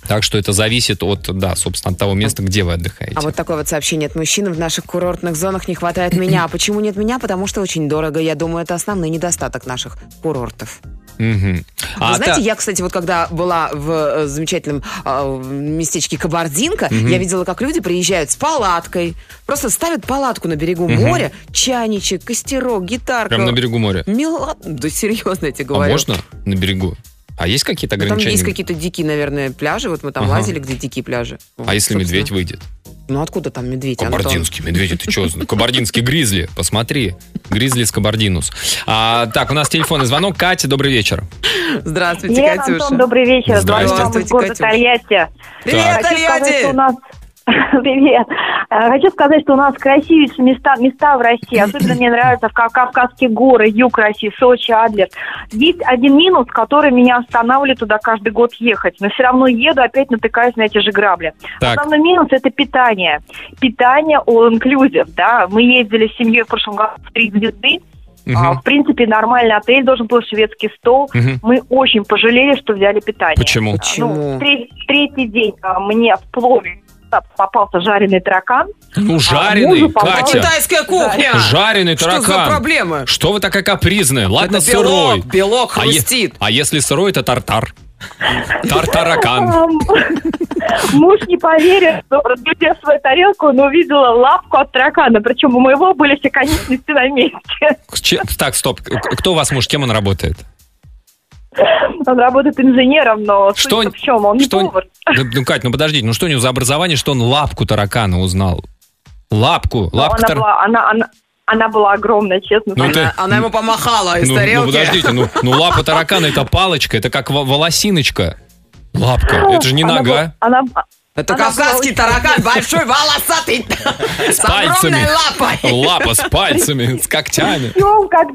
Speaker 3: Так что это зависит от, да, собственно, от того места, где вы отдыхаете.
Speaker 4: А вот такое вот сообщение от мужчин. В наших курортных зонах не хватает меня. А Почему нет меня? Потому что очень дорого. Я думаю, это основной недостаток наших курортов.
Speaker 3: Мгм.
Speaker 4: Вы
Speaker 3: А
Speaker 4: знаете,
Speaker 3: та-
Speaker 4: я, кстати, вот когда была в э, замечательном э, в местечке Кабардинка, я видела, как люди приезжают с палаткой. Просто ставят палатку на берегу моря, чайничек, костерок, гитарка.
Speaker 3: Прям на берегу моря.
Speaker 4: Мила- Да серьезно я тебе говорю.
Speaker 3: А можно на берегу? А есть какие-то
Speaker 4: Ну, там
Speaker 3: ограничения?
Speaker 4: есть какие-то дикие, наверное, пляжи. Вот мы там
Speaker 3: Ага.
Speaker 4: лазили, где дикие пляжи.
Speaker 3: А
Speaker 4: Вот,
Speaker 3: если
Speaker 4: собственно.
Speaker 3: медведь выйдет?
Speaker 4: Ну откуда там медведь, Антон?
Speaker 3: Кабардинский медведь, это что? Кабардинский гризли, посмотри. Гризли с кабардинус. А, так, у нас телефонный звонок. Катя, добрый вечер.
Speaker 4: Здравствуйте,
Speaker 9: Привет,
Speaker 4: Катюша.
Speaker 9: Антон, добрый вечер. Звоню вам
Speaker 4: Здравствуйте.
Speaker 9: из города
Speaker 4: Здравствуйте,
Speaker 9: Тольятти.
Speaker 4: Привет,
Speaker 9: Хочу сказать, что у
Speaker 4: Тольятти!
Speaker 9: нас... [laughs] Привет. Э, Хочу сказать, что у нас красивейшие места, места в России. Особенно мне нравятся в Кав- Кавказские горы, юг России, Сочи, Адлер. Есть один минус, который меня останавливает туда каждый год ехать. Но все равно еду, опять натыкаюсь на эти же грабли.
Speaker 3: Так,
Speaker 9: Основной минус – это питание. Питание all-inclusive, да. Мы ездили с семьей в прошлом году в три звезды.
Speaker 10: А, в принципе, нормальный отель должен был шведский стол.
Speaker 3: Мгм.
Speaker 10: Мы очень пожалели, что взяли питание.
Speaker 3: Почему?
Speaker 10: А,
Speaker 4: Почему?
Speaker 10: Ну, тре- третий день а, мне в плове попался жареный таракан.
Speaker 3: Ну, жареный,
Speaker 10: мужу попало-
Speaker 3: Катя.
Speaker 4: Китайская кухня!
Speaker 3: Жареный
Speaker 4: Что
Speaker 3: таракан.
Speaker 4: за проблемы?
Speaker 3: Что вы такая капризная? Ладно,
Speaker 4: Это
Speaker 3: сырой.
Speaker 4: белок, белок
Speaker 3: А е-
Speaker 4: хрустит.
Speaker 3: А, если сырой, это тартар. Тартаракан.
Speaker 10: Ам, Муж не поверил, что разглядев свою тарелку, но увидела лапку от таракана. Причем у моего были все конечности на месте.
Speaker 3: Че- Так, стоп. К- Кто у вас муж? Кем он работает?
Speaker 10: Он работает инженером, но
Speaker 3: Что-
Speaker 10: что в чем? Он не
Speaker 3: что-
Speaker 10: повар.
Speaker 3: Да, ну, Кать, ну подождите, ну что у него за образование, что он лапку таракана узнал? Лапку,
Speaker 9: Ну,
Speaker 10: Но
Speaker 3: лапка
Speaker 10: она,
Speaker 3: тар-
Speaker 10: была, она, она, она была огромная, честно.
Speaker 3: Ну,
Speaker 10: сказать.
Speaker 3: это-
Speaker 4: Она, она ему помахала из
Speaker 3: Ну, ну,
Speaker 4: тарелки.
Speaker 3: подождите, ну, ну лапа таракана это палочка, это как во- волосиночка. Лапка, это же не
Speaker 10: Она
Speaker 3: нога.
Speaker 10: была- она, а,
Speaker 4: Это
Speaker 10: Она
Speaker 4: кавказский
Speaker 10: была очень-
Speaker 4: таракан, большой, волосатый, с
Speaker 3: пальцами.
Speaker 4: огромной лапой.
Speaker 3: Лапа с пальцами, с когтями.
Speaker 10: Причем, как,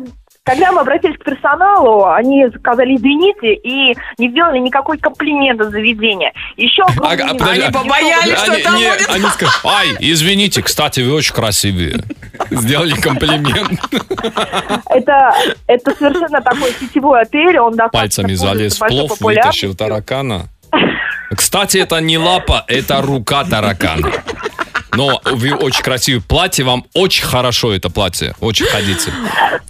Speaker 10: когда мы обратились к персоналу, они сказали «извините» и не сделали никакой комплимента заведения. Еще
Speaker 3: А, а,
Speaker 10: огромный минус.
Speaker 3: подожди, А,
Speaker 4: Они побоялись, что
Speaker 3: они-
Speaker 4: там
Speaker 3: не,
Speaker 4: будет.
Speaker 3: они сказали, ай, извините, кстати, вы очень красивые. Сделали комплимент.
Speaker 10: [laughs] Это, это совершенно такой сетевой отель, он достаточно
Speaker 3: Пальцами
Speaker 10: пользуется
Speaker 3: залез в
Speaker 10: большой
Speaker 3: плов,
Speaker 10: популярностью.
Speaker 3: вытащил таракана. Кстати, это не лапа, это рука таракана. Но вы очень красивое платье, вам очень хорошо это платье, очень ходите.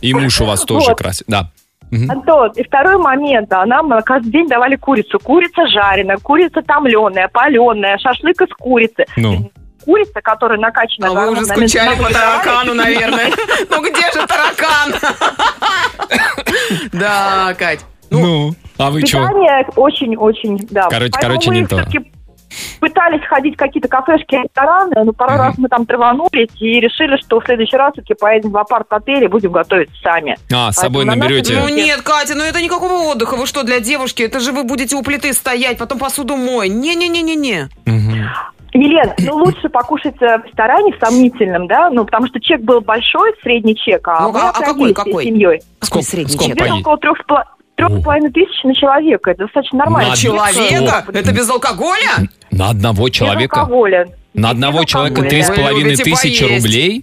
Speaker 3: И муж у вас тоже
Speaker 10: Вот.
Speaker 3: красивый. Да.
Speaker 10: Антон, и второй момент, а нам э, каждый день давали курицу. Курица жареная, курица томленая, паленая, шашлык из курицы.
Speaker 3: Ну.
Speaker 10: Курица, которая накачана...
Speaker 4: А вы уже
Speaker 10: гормонами,
Speaker 4: скучали
Speaker 10: она
Speaker 4: по таракану, наверное. [laughs] Ну где же таракан?
Speaker 3: [laughs]
Speaker 4: Да, Кать.
Speaker 3: Ну, а вы чего?
Speaker 10: Питание очень-очень, да.
Speaker 3: Короче-
Speaker 10: Поэтому
Speaker 3: короче,
Speaker 10: мы
Speaker 3: не то.
Speaker 10: всё-таки пытались ходить в какие-то кафешки, рестораны, но пару
Speaker 3: Мгм.
Speaker 10: раз мы там траванулись и решили, что в следующий раз все-таки поедем в апарт-отель и будем готовить сами.
Speaker 3: А, с собой
Speaker 10: Поэтому на нас
Speaker 4: Ну
Speaker 3: наберете.
Speaker 10: это
Speaker 4: нет, Катя, ну это никакого отдыха. Вы что, для девушки? Это же вы будете у плиты стоять, потом посуду мой. Не-не-не-не-не.
Speaker 3: Мгм.
Speaker 10: Елена,
Speaker 3: [clears throat]
Speaker 10: ну лучше покушать э, в ресторане в сомнительном, да, ну потому что чек был большой, средний чек, а
Speaker 4: Ну,
Speaker 10: мы
Speaker 4: а- а какой,
Speaker 10: отравились всей
Speaker 4: какой?
Speaker 10: семьей.
Speaker 4: Какой
Speaker 3: Сколько-
Speaker 4: средний
Speaker 3: сколько
Speaker 4: чек?
Speaker 10: Где-то
Speaker 3: Пои-
Speaker 10: около трех с пола- трех
Speaker 3: О.
Speaker 10: с половиной тысяч на человека, это достаточно нормально.
Speaker 3: На
Speaker 10: Без,
Speaker 4: Человека?
Speaker 3: Что?
Speaker 4: Это без алкоголя?
Speaker 3: На одного
Speaker 10: без
Speaker 3: человека?
Speaker 10: алкоголя.
Speaker 3: На одного
Speaker 10: Без
Speaker 3: человека
Speaker 10: алкоголя,
Speaker 3: три с
Speaker 10: да.
Speaker 4: Вы
Speaker 3: половиной
Speaker 4: любите
Speaker 3: тысячи
Speaker 4: поесть.
Speaker 3: рублей?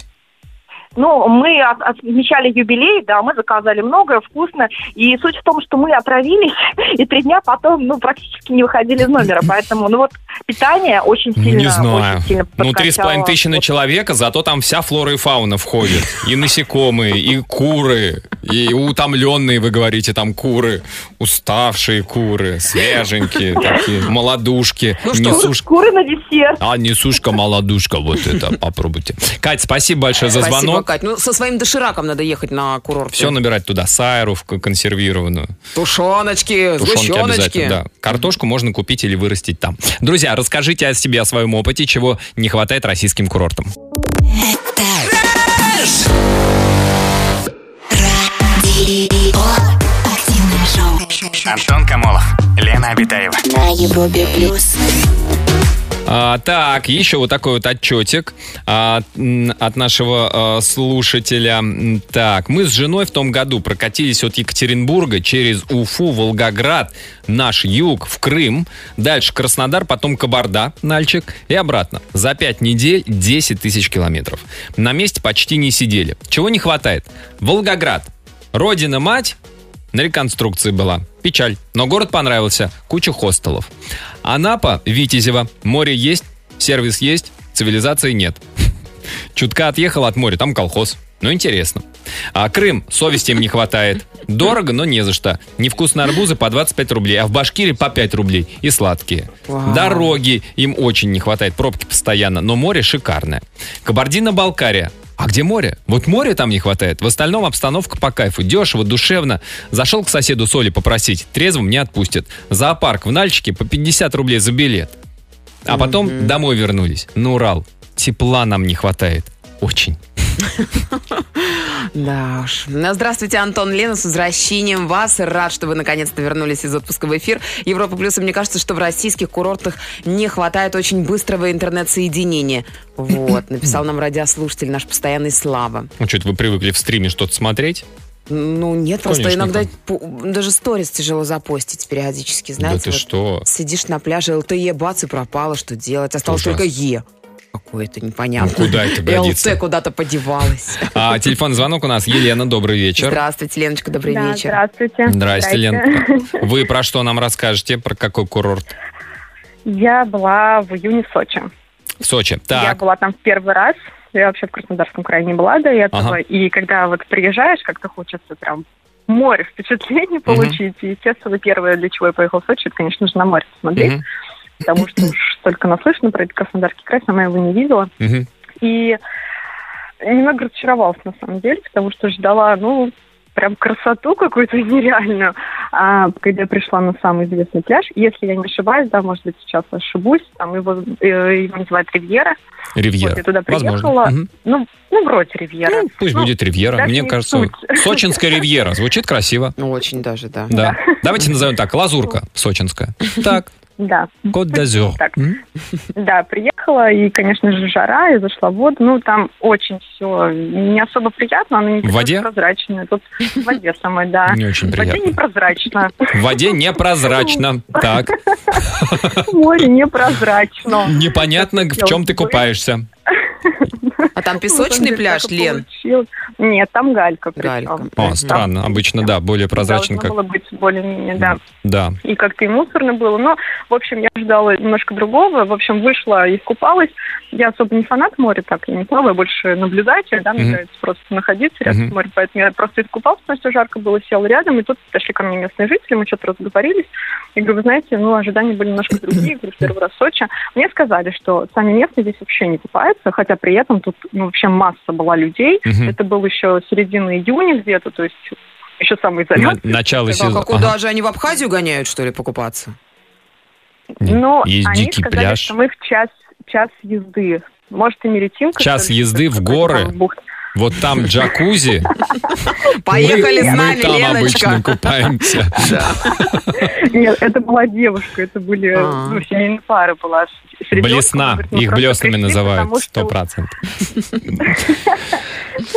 Speaker 10: Ну, мы от- отмечали юбилей, да, мы заказали многое, вкусно. И суть в том, что мы отравились, [laughs] и три дня потом, ну, практически не выходили из номера. Поэтому, ну, вот питание очень
Speaker 3: Ну,
Speaker 10: сильно...
Speaker 3: не знаю.
Speaker 10: очень сильно
Speaker 3: Ну, три с половиной
Speaker 10: подкачало.
Speaker 3: тысячи на
Speaker 10: Вот.
Speaker 3: человека, зато там вся флора и фауна входит. И насекомые, и куры, и утомленные, вы говорите, там куры, уставшие куры, свеженькие такие, молодушки,
Speaker 4: Ну что,
Speaker 3: несушка.
Speaker 10: Куры на десерт.
Speaker 3: А, несушка, молодушка, вот это попробуйте. Кать, спасибо большое за
Speaker 4: Спасибо,
Speaker 3: звонок.
Speaker 4: Кать. Ну, со своим дошираком надо ехать на курорт.
Speaker 3: Все набирать туда, сайру в- консервированную.
Speaker 4: Тушеночки,
Speaker 3: Тушенки
Speaker 4: сгущеночки.
Speaker 3: обязательно, да. Картошку можно купить или вырастить там. Друзья, расскажите о себе, о своем опыте, чего не хватает российским курортам.
Speaker 2: Радио. Активное шоу.
Speaker 5: Антон Камолов, Лена Обитаева.
Speaker 2: На Европе плюс.
Speaker 3: А, так, еще вот такой вот отчетик а, м, от нашего а, слушателя. М, Так, мы с женой в том году прокатились от Екатеринбурга через Уфу, Волгоград, наш юг, в Крым, дальше Краснодар, потом Кабарда, Нальчик и обратно. За пять недель 10 тысяч километров. На месте почти не сидели. Чего не хватает? Волгоград. Родина-мать на реконструкции была. Печаль. Но город понравился. Куча хостелов. Анапа, Витязева. Море есть, сервис есть, цивилизации нет. [laughs] Чутка отъехал от моря, там колхоз. Ну, интересно. А Крым, совести им не хватает. Дорого, но не за что. Невкусные арбузы по 25 рублей, а в Башкирии по 5 рублей. И сладкие.
Speaker 4: Вау.
Speaker 3: Дороги им очень не хватает, пробки постоянно, но море шикарное. Кабардино-Балкария. А где море? Вот море там не хватает. В остальном обстановка по кайфу. Дешево, душевно. Зашел к соседу соли попросить. Трезвым не отпустят. Зоопарк в Нальчике по 50 рублей за билет. А потом домой вернулись. На Урал. Тепла нам не хватает. Очень.
Speaker 4: Да уж. Ну, Здравствуйте, Антон Лена, с возвращением вас. Рад, что вы наконец-то вернулись из отпуска в эфир. Европа Плюс, и мне кажется, что в российских курортах не хватает очень быстрого интернет-соединения. Вот, написал нам радиослушатель, наш постоянный Слава.
Speaker 3: Ну, что-то вы привыкли в стриме что-то смотреть.
Speaker 4: Ну, нет, просто
Speaker 3: Конечно,
Speaker 4: иногда
Speaker 3: да.
Speaker 4: пу- даже сторис тяжело запостить периодически,
Speaker 3: да
Speaker 4: знаете.
Speaker 3: ты
Speaker 4: вот
Speaker 3: что?
Speaker 4: Сидишь на пляже, ЛТЕ, бац, и пропало, что делать? Осталось
Speaker 3: Ужас.
Speaker 4: только Е. какое-то непонятное.
Speaker 3: Ну,
Speaker 4: [laughs]
Speaker 3: куда это годится?
Speaker 4: ЛЦ
Speaker 3: [laughs]
Speaker 4: куда-то подевалась.
Speaker 3: А, телефонный звонок у нас. Елена, добрый вечер.
Speaker 4: Здравствуйте, Леночка, добрый
Speaker 9: Да,
Speaker 4: вечер.
Speaker 9: здравствуйте.
Speaker 3: Здрасте, Лен. Вы про что нам расскажете? Про какой курорт
Speaker 9: [laughs] Я была в июне в Сочи.
Speaker 3: в Сочи?
Speaker 9: Я
Speaker 3: Так,
Speaker 9: была там в первый раз. Я вообще в Краснодарском крае не была до этого.
Speaker 3: Ага.
Speaker 9: И когда вот приезжаешь, как-то хочется прям море впечатлений получить. И, естественно, первое, для чего я поехала в Сочи, это, конечно же, на море посмотреть.
Speaker 3: Мгм.
Speaker 9: Потому что уж столько наслышано про этот Краснодарский край, сама его не видела.
Speaker 3: Мгм.
Speaker 9: И немного разочаровалась, на самом деле, потому что ждала, ну, прям красоту какую-то [laughs] нереальную. А когда я пришла на самый известный пляж, если я не ошибаюсь, да, может быть, сейчас ошибусь, там его, э, его называют Ривьера. Вот я
Speaker 3: Ривьера.
Speaker 9: туда
Speaker 3: Возможно.
Speaker 9: приехала.
Speaker 3: Мгм.
Speaker 9: Ну, ну, вроде Ривьера.
Speaker 3: Ну, Пусть
Speaker 9: Ну,
Speaker 3: будет Ривьера.
Speaker 9: даже
Speaker 3: Мне
Speaker 9: не
Speaker 3: кажется,
Speaker 9: суть.
Speaker 3: Сочинская Ривьера. Звучит красиво.
Speaker 4: Ну, очень даже, да.
Speaker 3: Да. Давайте назовем так. Лазурка сочинская. Так,
Speaker 9: Да,
Speaker 3: Кот д'Азёр.
Speaker 9: Так.
Speaker 3: М?
Speaker 9: да, приехала, и, конечно же, жара, я зашла в воду. Ну, там очень все не особо приятно, оно не
Speaker 3: В воде?
Speaker 9: прозрачное. Тут в воде
Speaker 3: [laughs]
Speaker 9: самой, да.
Speaker 3: Не очень
Speaker 9: В А? воде
Speaker 3: приятно.
Speaker 9: непрозрачно.
Speaker 3: В воде непрозрачно. Так,
Speaker 9: Море непрозрачно.
Speaker 3: непонятно, в чем ты купаешься.
Speaker 4: А там песочный пляж, Лен?
Speaker 9: Получилось. Нет, там галька. причем.
Speaker 4: Галька.
Speaker 3: О,
Speaker 4: Мгм.
Speaker 3: странно. Обычно, да, более прозрачно.
Speaker 9: Должно
Speaker 3: как.
Speaker 9: было быть более-менее, да.
Speaker 3: Да.
Speaker 9: и как-то и мусорно было. Но, в общем, я ждала немножко другого. В общем, вышла и купалась. Я особо не фанат моря, так, я не плаваю, больше наблюдатель, да, мне
Speaker 3: Мгм.
Speaker 9: нравится просто находиться рядом
Speaker 3: Мгм.
Speaker 9: с морем. Поэтому я просто искупалась, потому что жарко было, села рядом, и тут подошли ко мне местные жители, мы что-то разговорились. Я говорю, вы знаете, ну, ожидания были немножко другие, я говорю, первый раз в Сочи. Мне сказали, что сами местные здесь вообще не купаются, хотя при этом тут, ну, вообще масса была людей.
Speaker 3: Мгм.
Speaker 9: Это был еще середина июня где-то, то есть еще самый
Speaker 3: На-
Speaker 9: залет.
Speaker 3: Начало
Speaker 4: Так, а
Speaker 3: сезона.
Speaker 4: куда
Speaker 3: Ага.
Speaker 4: же они в Абхазию гоняют, что ли, покупаться?
Speaker 3: Нет,
Speaker 9: Но
Speaker 3: есть
Speaker 9: Ну, они
Speaker 3: дикий
Speaker 9: сказали,
Speaker 3: пляж.
Speaker 9: что мы в час, час езды. Может, и Меретинка.
Speaker 3: Час
Speaker 9: что ли,
Speaker 3: езды
Speaker 9: что-то
Speaker 3: в
Speaker 9: такое,
Speaker 3: горы?
Speaker 9: там, в бухт.
Speaker 3: Вот там
Speaker 4: [laughs]
Speaker 3: джакузи.
Speaker 4: Поехали
Speaker 3: Мы-
Speaker 4: с нами,
Speaker 3: Мы там обычно
Speaker 4: Леночка. [laughs]
Speaker 3: купаемся.
Speaker 9: Нет, это была девушка, это были
Speaker 4: А.
Speaker 9: ну, семейная пара была. с- с ребенком.
Speaker 3: Блесна.
Speaker 9: Говорит, мы
Speaker 3: Их
Speaker 9: просто
Speaker 3: блеснами
Speaker 9: пришли,
Speaker 3: называют.
Speaker 9: потому что- ну,
Speaker 3: Сто
Speaker 4: [laughs]
Speaker 3: процентов.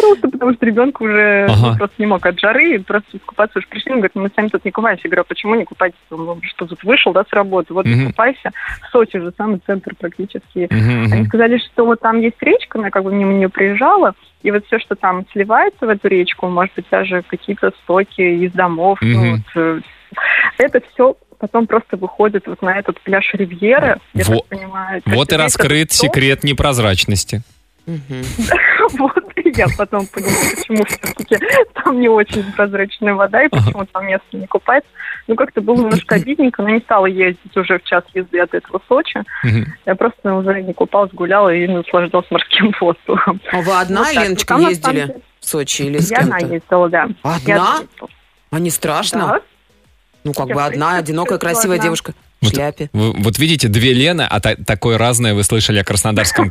Speaker 9: Просто потому что ребенок уже ну,
Speaker 3: Ага.
Speaker 9: просто не мог от жары, и просто купаться уже пришли. Он говорит, «Ну, мы сами тут не купаемся. Я говорю, а почему не купаетесь? Он говорит, что тут вышел, да, с работы, вот
Speaker 3: Мгм.
Speaker 9: и купайся. Сочи же самый центр практически.
Speaker 3: Мгм,
Speaker 9: Они
Speaker 3: мгм.
Speaker 9: сказали, что вот там есть речка, она как бы мимо нее приезжала, и вот все, что там сливается в эту речку, может быть, даже какие-то стоки из домов, ну,
Speaker 3: Мгм.
Speaker 9: вот, э, это все потом просто выходит вот на этот пляж Ривьеры, я
Speaker 3: Во-
Speaker 9: так понимаю. То
Speaker 3: Вот и
Speaker 9: есть весь
Speaker 3: раскрыт
Speaker 9: этот сок,
Speaker 3: секрет непрозрачности.
Speaker 4: Мгм.
Speaker 9: [laughs] Вот и я потом поняла, почему все-таки там не очень прозрачная вода, и почему там место не купается. Ну, как-то было немножко обидненько, но не стала ездить уже в час езды от этого Сочи.
Speaker 3: Мгм.
Speaker 9: Я просто уже не купалась, гуляла и наслаждалась морским воздухом.
Speaker 4: А вы одна,
Speaker 9: Вот Ну, так.
Speaker 4: Леночка,
Speaker 9: Там, на самом
Speaker 4: ездили
Speaker 9: деле,
Speaker 4: в Сочи или с
Speaker 9: Я одна
Speaker 4: кем-то?
Speaker 9: ездила, да. Я
Speaker 4: Одна? А не страшно?
Speaker 9: Да.
Speaker 4: Ну, как
Speaker 9: Я
Speaker 4: бы одна,
Speaker 9: просто
Speaker 4: одинокая,
Speaker 9: чувствую
Speaker 4: красивая
Speaker 9: одна.
Speaker 4: девушка в
Speaker 3: Вот-
Speaker 4: шляпе.
Speaker 3: Вы- Вот видите, две Лены, а та- такое разное вы слышали о
Speaker 4: [laughs]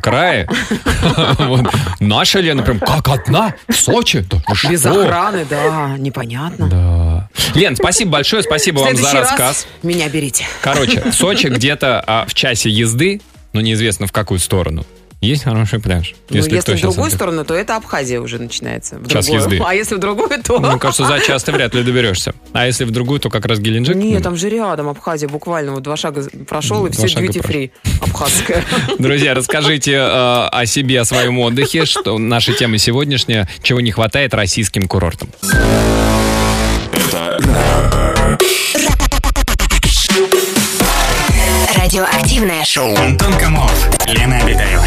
Speaker 3: Краснодарском крае. [laughs] Вот. Наша Лена прям как одна в Сочи. Да вы
Speaker 4: Без
Speaker 3: что?
Speaker 4: охраны, да, непонятно.
Speaker 3: Да. Лен, спасибо большое, спасибо
Speaker 4: В
Speaker 3: вам за
Speaker 4: следующий раз
Speaker 3: рассказ.
Speaker 4: меня берите.
Speaker 3: Короче, Сочи где-то а, в часе езды, но неизвестно в какую сторону. Есть хороший пляж.
Speaker 4: Ну, Если,
Speaker 3: кто
Speaker 4: в
Speaker 3: сейчас
Speaker 4: другую
Speaker 3: отдых-
Speaker 4: сторону, то это Абхазия уже начинается. В
Speaker 3: Час
Speaker 4: другую.
Speaker 3: езды.
Speaker 4: А если в другую, то...
Speaker 3: Ну, кажется, за час ты вряд ли доберешься. А если в другую, то как раз Геленджик.
Speaker 4: Нет, там же рядом Абхазия, буквально вот два шага прошел, и
Speaker 3: Два
Speaker 4: все
Speaker 3: шага
Speaker 4: duty free
Speaker 3: [laughs]
Speaker 4: абхазская.
Speaker 3: Друзья, расскажите э, о себе, о своем отдыхе, что наша тема сегодняшняя, чего не хватает российским курортам.
Speaker 2: Радиоактивное шоу.
Speaker 5: Антон Камолов, Лена Обитаева.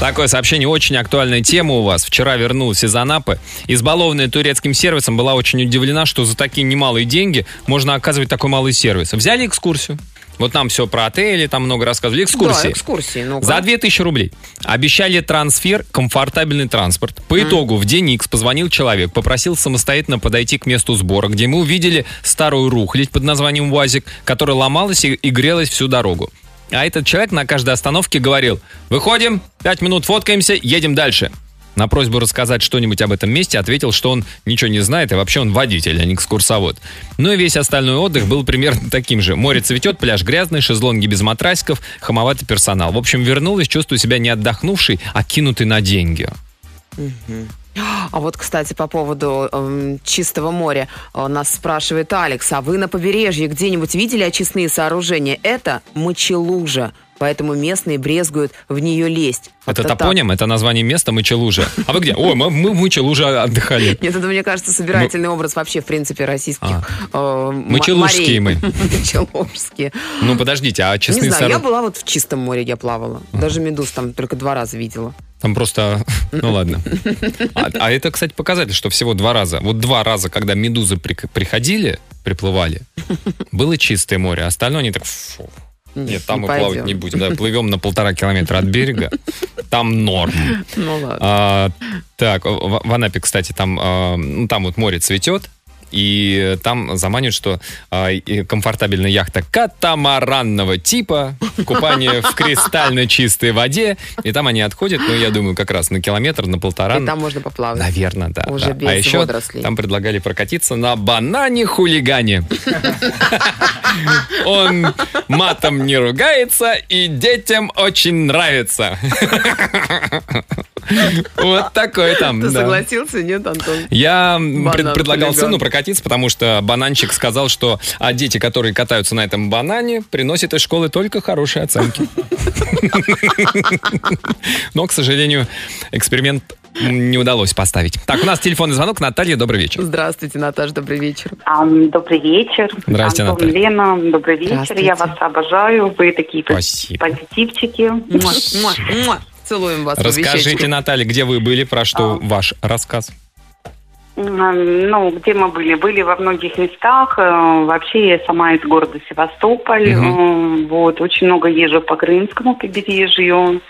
Speaker 3: Такое сообщение, очень актуальная тема у вас. Вчера вернулась из Анапы. Избалованная турецким сервисом была очень удивлена, что за такие немалые деньги можно оказывать такой малый сервис. Взяли экскурсию. Вот нам все про отели, там много рассказывали.
Speaker 4: Да,
Speaker 3: Экскурсии.
Speaker 4: экскурсии. ну-ка.
Speaker 3: За 2000 рублей. Обещали трансфер, комфортабельный транспорт. По итогу в день X позвонил человек, попросил самостоятельно подойти к месту сбора, где мы увидели старую рухлядь под названием УАЗик, которая ломалась и, и грелась всю дорогу. А этот человек на каждой остановке говорил, выходим, 5 минут фоткаемся, едем дальше. На просьбу рассказать что-нибудь об этом месте ответил, что он ничего не знает, и вообще он водитель, а не экскурсовод. Ну и весь остальной отдых был примерно [laughs] таким же. Море цветет, пляж грязный, шезлонги без матрасиков, хамоватый персонал. В общем, вернулась, чувствую себя не отдохнувшей, а кинутой на деньги.
Speaker 4: А вот, кстати, по поводу эм, чистого моря. Э, Нас спрашивает Алекс, а вы на побережье где-нибудь видели очистные сооружения? Это мочелужа, поэтому местные брезгуют в нее лезть.
Speaker 3: Это
Speaker 4: Как-то так.
Speaker 3: топоним, это название места Мочелужа. А вы где? Ой, мы, мы в Мочелуже отдыхали.
Speaker 4: Нет, это, мне кажется, собирательный образ вообще, в принципе, российских
Speaker 3: Ну, А.
Speaker 4: э, м-
Speaker 3: Мочелужские
Speaker 4: морей. [laughs]
Speaker 3: мы.
Speaker 4: Мочелужские.
Speaker 3: Ну, подождите, а
Speaker 4: Не
Speaker 3: честные
Speaker 4: знаю,
Speaker 3: сорок-
Speaker 4: я была вот в чистом море, я плавала. Даже медуз там только два раза видела.
Speaker 3: Там просто... [laughs] Ну, ладно. А, а это, кстати, показатель, что всего два раза. Вот два раза, когда медузы прик- приходили, приплывали, было чистое море. а Остальное они так... «Фу, Нет, там
Speaker 4: не
Speaker 3: мы
Speaker 4: пойдем.
Speaker 3: плавать не будем. Да, плывем на полтора километра от берега. Там норм.
Speaker 4: Ну ладно.
Speaker 3: А, так, в, в Анапе, кстати, там, а, ну, там вот море цветет. И там заманивают, что а, и комфортабельная яхта катамаранного типа, купание в кристально чистой воде, и там они отходят, ну, я думаю, как раз на километр, на полтора.
Speaker 4: И там можно поплавать.
Speaker 3: Наверное, да.
Speaker 4: Уже
Speaker 3: да.
Speaker 4: без
Speaker 3: а еще
Speaker 4: водорослей.
Speaker 3: там предлагали прокатиться на
Speaker 4: [laughs]
Speaker 3: банане-хулигане. Он матом не ругается и детям очень нравится. [laughs] Вот такой там.
Speaker 4: Ты
Speaker 3: да.
Speaker 4: согласился, нет, Антон?
Speaker 3: Я м,
Speaker 4: Банан,
Speaker 3: пред- предлагал
Speaker 4: хулиган.
Speaker 3: сыну прокатиться, потому что бананчик сказал, что а дети, которые катаются на этом банане, приносят из школы только хорошие оценки. Но, к сожалению, эксперимент м, не удалось поставить. Так, у нас телефонный звонок. Наталья, добрый вечер.
Speaker 4: Здравствуйте, Наташа, добрый вечер.
Speaker 11: Ам, Добрый вечер.
Speaker 3: Здрасте,
Speaker 11: Антон,
Speaker 3: Наталья.
Speaker 11: Лена, добрый вечер.
Speaker 4: Здравствуйте.
Speaker 11: Я вас обожаю. Вы такие пози-
Speaker 3: Спасибо.
Speaker 11: позитивчики.
Speaker 4: Муа, муа, муа. Целуем вас. в
Speaker 3: Расскажите,
Speaker 4: вещечки.
Speaker 3: Наталья, где вы были, про что
Speaker 11: А.
Speaker 3: ваш рассказ?
Speaker 11: Ам, Ну, где мы были? Были во многих местах. Э, Вообще, я сама из города Севастополь. Э, Вот, очень много езжу по Крымскому побережью.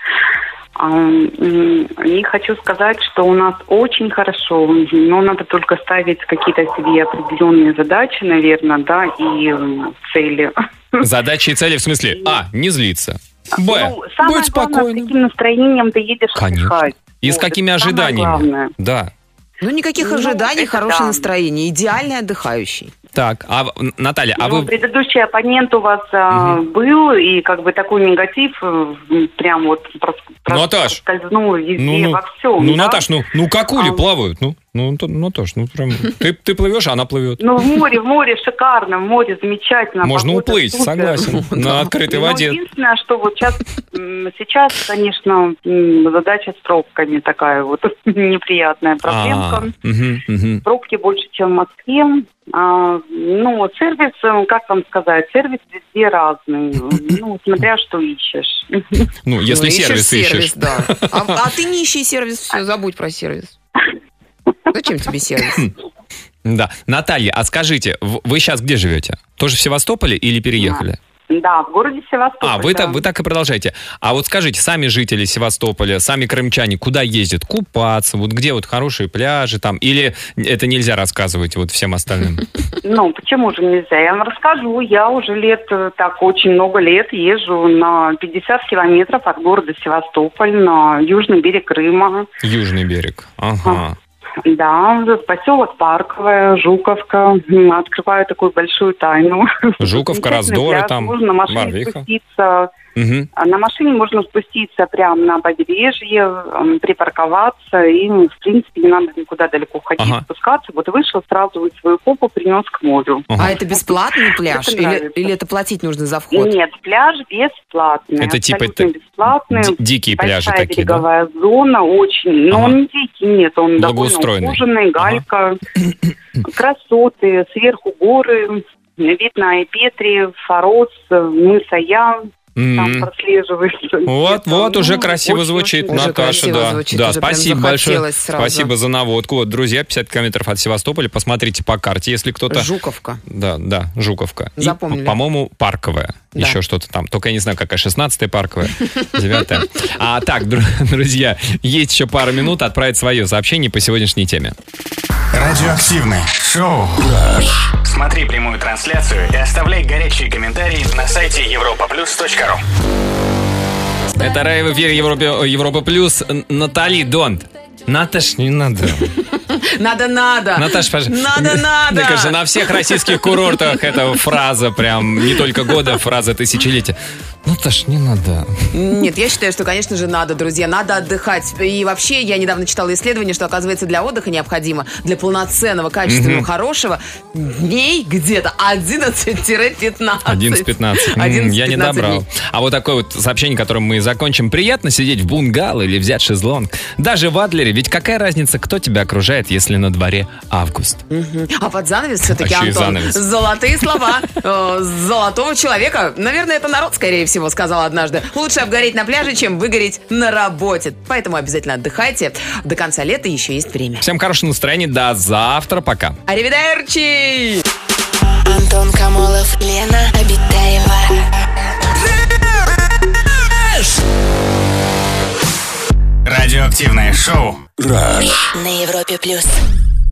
Speaker 11: Ам, м, И хочу сказать, что у нас очень хорошо, но надо только ставить какие-то себе определенные задачи, наверное, да, и м, цели.
Speaker 3: Задачи и цели в смысле А. Не злиться. Б.
Speaker 11: Ну, самое
Speaker 3: Будь
Speaker 11: главное, с
Speaker 3: спокойным.
Speaker 11: каким настроением ты едешь
Speaker 3: Конечно.
Speaker 11: отдыхать.
Speaker 3: И с
Speaker 11: Вот, это
Speaker 3: какими
Speaker 11: самое
Speaker 3: ожиданиями?
Speaker 11: главное.
Speaker 3: Да.
Speaker 4: Ну, никаких
Speaker 11: Ну,
Speaker 4: ожиданий,
Speaker 11: это
Speaker 4: хорошее
Speaker 11: да.
Speaker 4: настроение, идеальный отдыхающий.
Speaker 3: Так, а в- Наталья, а
Speaker 11: Ну,
Speaker 3: вы
Speaker 11: Предыдущий оппонент у вас а, был, и как бы такой негатив э, м, прям вот прос- прос-
Speaker 3: Наташ,
Speaker 11: проскользнул везде,
Speaker 3: Ну, ну,
Speaker 11: во всем.
Speaker 3: ну
Speaker 11: да?
Speaker 3: Наташ, ну, ну как ули
Speaker 11: А.
Speaker 3: плавают? Ну, ну, Антон, Наташ, ну прям. Ты, ты плывешь, а она плывет.
Speaker 11: Ну, в море, в море шикарно, в море замечательно.
Speaker 3: Можно
Speaker 11: погода
Speaker 3: уплыть,
Speaker 11: супер. [laughs] Ну,
Speaker 3: согласен. На открытой
Speaker 11: Но
Speaker 3: воде.
Speaker 11: единственное, что вот сейчас, м, сейчас, конечно, м, задача с пробками такая вот [laughs] неприятная проблемка.
Speaker 3: А, мгм, мгм.
Speaker 11: пробки больше, чем в Москве. А, ну, сервис, э, как вам сказать, сервис везде разный. Ну, смотря что ищешь.
Speaker 3: Ну, если
Speaker 4: Ну,
Speaker 3: сервис ищешь. [laughs]
Speaker 4: сервис, да. А, а ты не ищи сервис, все, забудь про сервис. Зачем тебе сервис?
Speaker 3: Да. Наталья, а скажите, в- вы сейчас где живете? Тоже в Севастополе или переехали?
Speaker 11: Да, в городе Севастополь.
Speaker 3: А, вы,
Speaker 11: да.
Speaker 3: так, вы так и продолжаете. А вот скажите, сами жители Севастополя, сами крымчане, куда ездят? Купаться? Вот где вот хорошие пляжи там? Или это нельзя рассказывать вот всем
Speaker 11: [laughs]
Speaker 3: остальным?
Speaker 11: Ну, почему же нельзя? Я вам расскажу. Я уже лет, э, так, очень много лет езжу на 50 километров от города Севастополь на южный берег Крыма.
Speaker 3: Южный берег. Ага.
Speaker 11: Да, поселок Парковая, Жуковка. М, Открываю такую большую тайну.
Speaker 3: Жуковка,
Speaker 11: Замечательный
Speaker 3: раздоры
Speaker 11: пляж.
Speaker 3: там,
Speaker 11: Ну, Можно на машине
Speaker 3: Барвиха.
Speaker 11: спуститься.
Speaker 3: Мгм.
Speaker 11: А На машине можно спуститься прямо на побережье,
Speaker 3: [coughs]
Speaker 11: м, припарковаться, и, ну, в принципе, не надо никуда далеко ходить,
Speaker 3: Ага.
Speaker 11: спускаться. Вот вышел, сразу вот свою попу принес к морю.
Speaker 4: А это бесплатный пляж?
Speaker 11: Это
Speaker 4: Или,
Speaker 11: нравится.
Speaker 4: или это платить нужно за
Speaker 11: И
Speaker 4: вход?
Speaker 11: Нет, пляж бесплатный.
Speaker 3: Это типа
Speaker 11: абсолютно
Speaker 3: это
Speaker 11: бесплатный.
Speaker 3: Ди- дикие
Speaker 11: Большая
Speaker 3: пляжи такие, да?
Speaker 11: береговая зона, очень, но
Speaker 3: Ага.
Speaker 11: он не дикий, нет, он довольно
Speaker 3: Благоустроенный.
Speaker 11: ухоженный, галька, красоты, сверху горы, вид на Эпетри, Фарос, мыс Аян, там
Speaker 3: Мгм.
Speaker 11: прослеживается.
Speaker 3: Вот,
Speaker 11: где-то,
Speaker 3: вот,
Speaker 11: ну,
Speaker 3: уже красиво
Speaker 11: очень
Speaker 3: звучит,
Speaker 4: очень
Speaker 3: Наташа,
Speaker 4: красиво
Speaker 3: да.
Speaker 4: звучит,
Speaker 3: да,
Speaker 4: уже прям
Speaker 3: спасибо большое.
Speaker 4: захотелось сразу.
Speaker 3: Спасибо за наводку. Вот, друзья, 50 километров от Севастополя. Посмотрите по карте, если кто-то...
Speaker 4: Жуковка.
Speaker 3: Да, да, Жуковка. И,
Speaker 4: Запомнили.
Speaker 3: по-моему, Парковая.
Speaker 4: Да.
Speaker 3: Еще что-то там. Только я не знаю, какая 16-я Парковая,
Speaker 4: [laughs]
Speaker 3: 9-я. А так, дру- [laughs] друзья, есть еще пара минут отправить свое сообщение по сегодняшней теме.
Speaker 5: Радиоактивное шоу. Смотри прямую трансляцию и оставляй горячие комментарии на сайте europaplus.ru.
Speaker 3: Это Рэй в эфире Европе- Европа Плюс. Н- Натали Донт. Наташ, не
Speaker 11: [laughs]
Speaker 3: надо.
Speaker 4: Надо, надо.
Speaker 3: Наташа, пожалуйста.
Speaker 4: Надо, надо.
Speaker 3: Мне кажется, на всех российских курортах эта фраза прям не только года, фраза а тысячелетия. Ну, Таш, не надо.
Speaker 4: Нет, я считаю, что, конечно же, надо, друзья, надо отдыхать. И вообще, я недавно читала исследование, что, оказывается, для отдыха необходимо, для полноценного, качественного, хорошего, дней где-то 11-15.
Speaker 3: 11.15. М,
Speaker 4: 11-15
Speaker 3: Я не
Speaker 4: дней.
Speaker 3: добрал. А вот такое вот сообщение, которым мы и закончим. Приятно сидеть в бунгало или взять шезлонг. Даже в Адлере. Ведь какая разница, кто тебя окружает, если на дворе август?
Speaker 4: А под занавес все-таки,
Speaker 3: А еще и
Speaker 4: Антон,
Speaker 3: занавес. [laughs]
Speaker 4: золотые слова э, золотого человека. Наверное, это народ, скорее всего, сказал однажды. Лучше обгореть на пляже, чем выгореть на работе. Поэтому обязательно отдыхайте. До конца лета еще есть время.
Speaker 3: Всем хорошего настроения. До завтра. Пока.
Speaker 4: Аривидерчи!
Speaker 2: Антон Камолов, Лена Обитаева.
Speaker 5: Радиоактивное шоу
Speaker 2: На Европе плюс.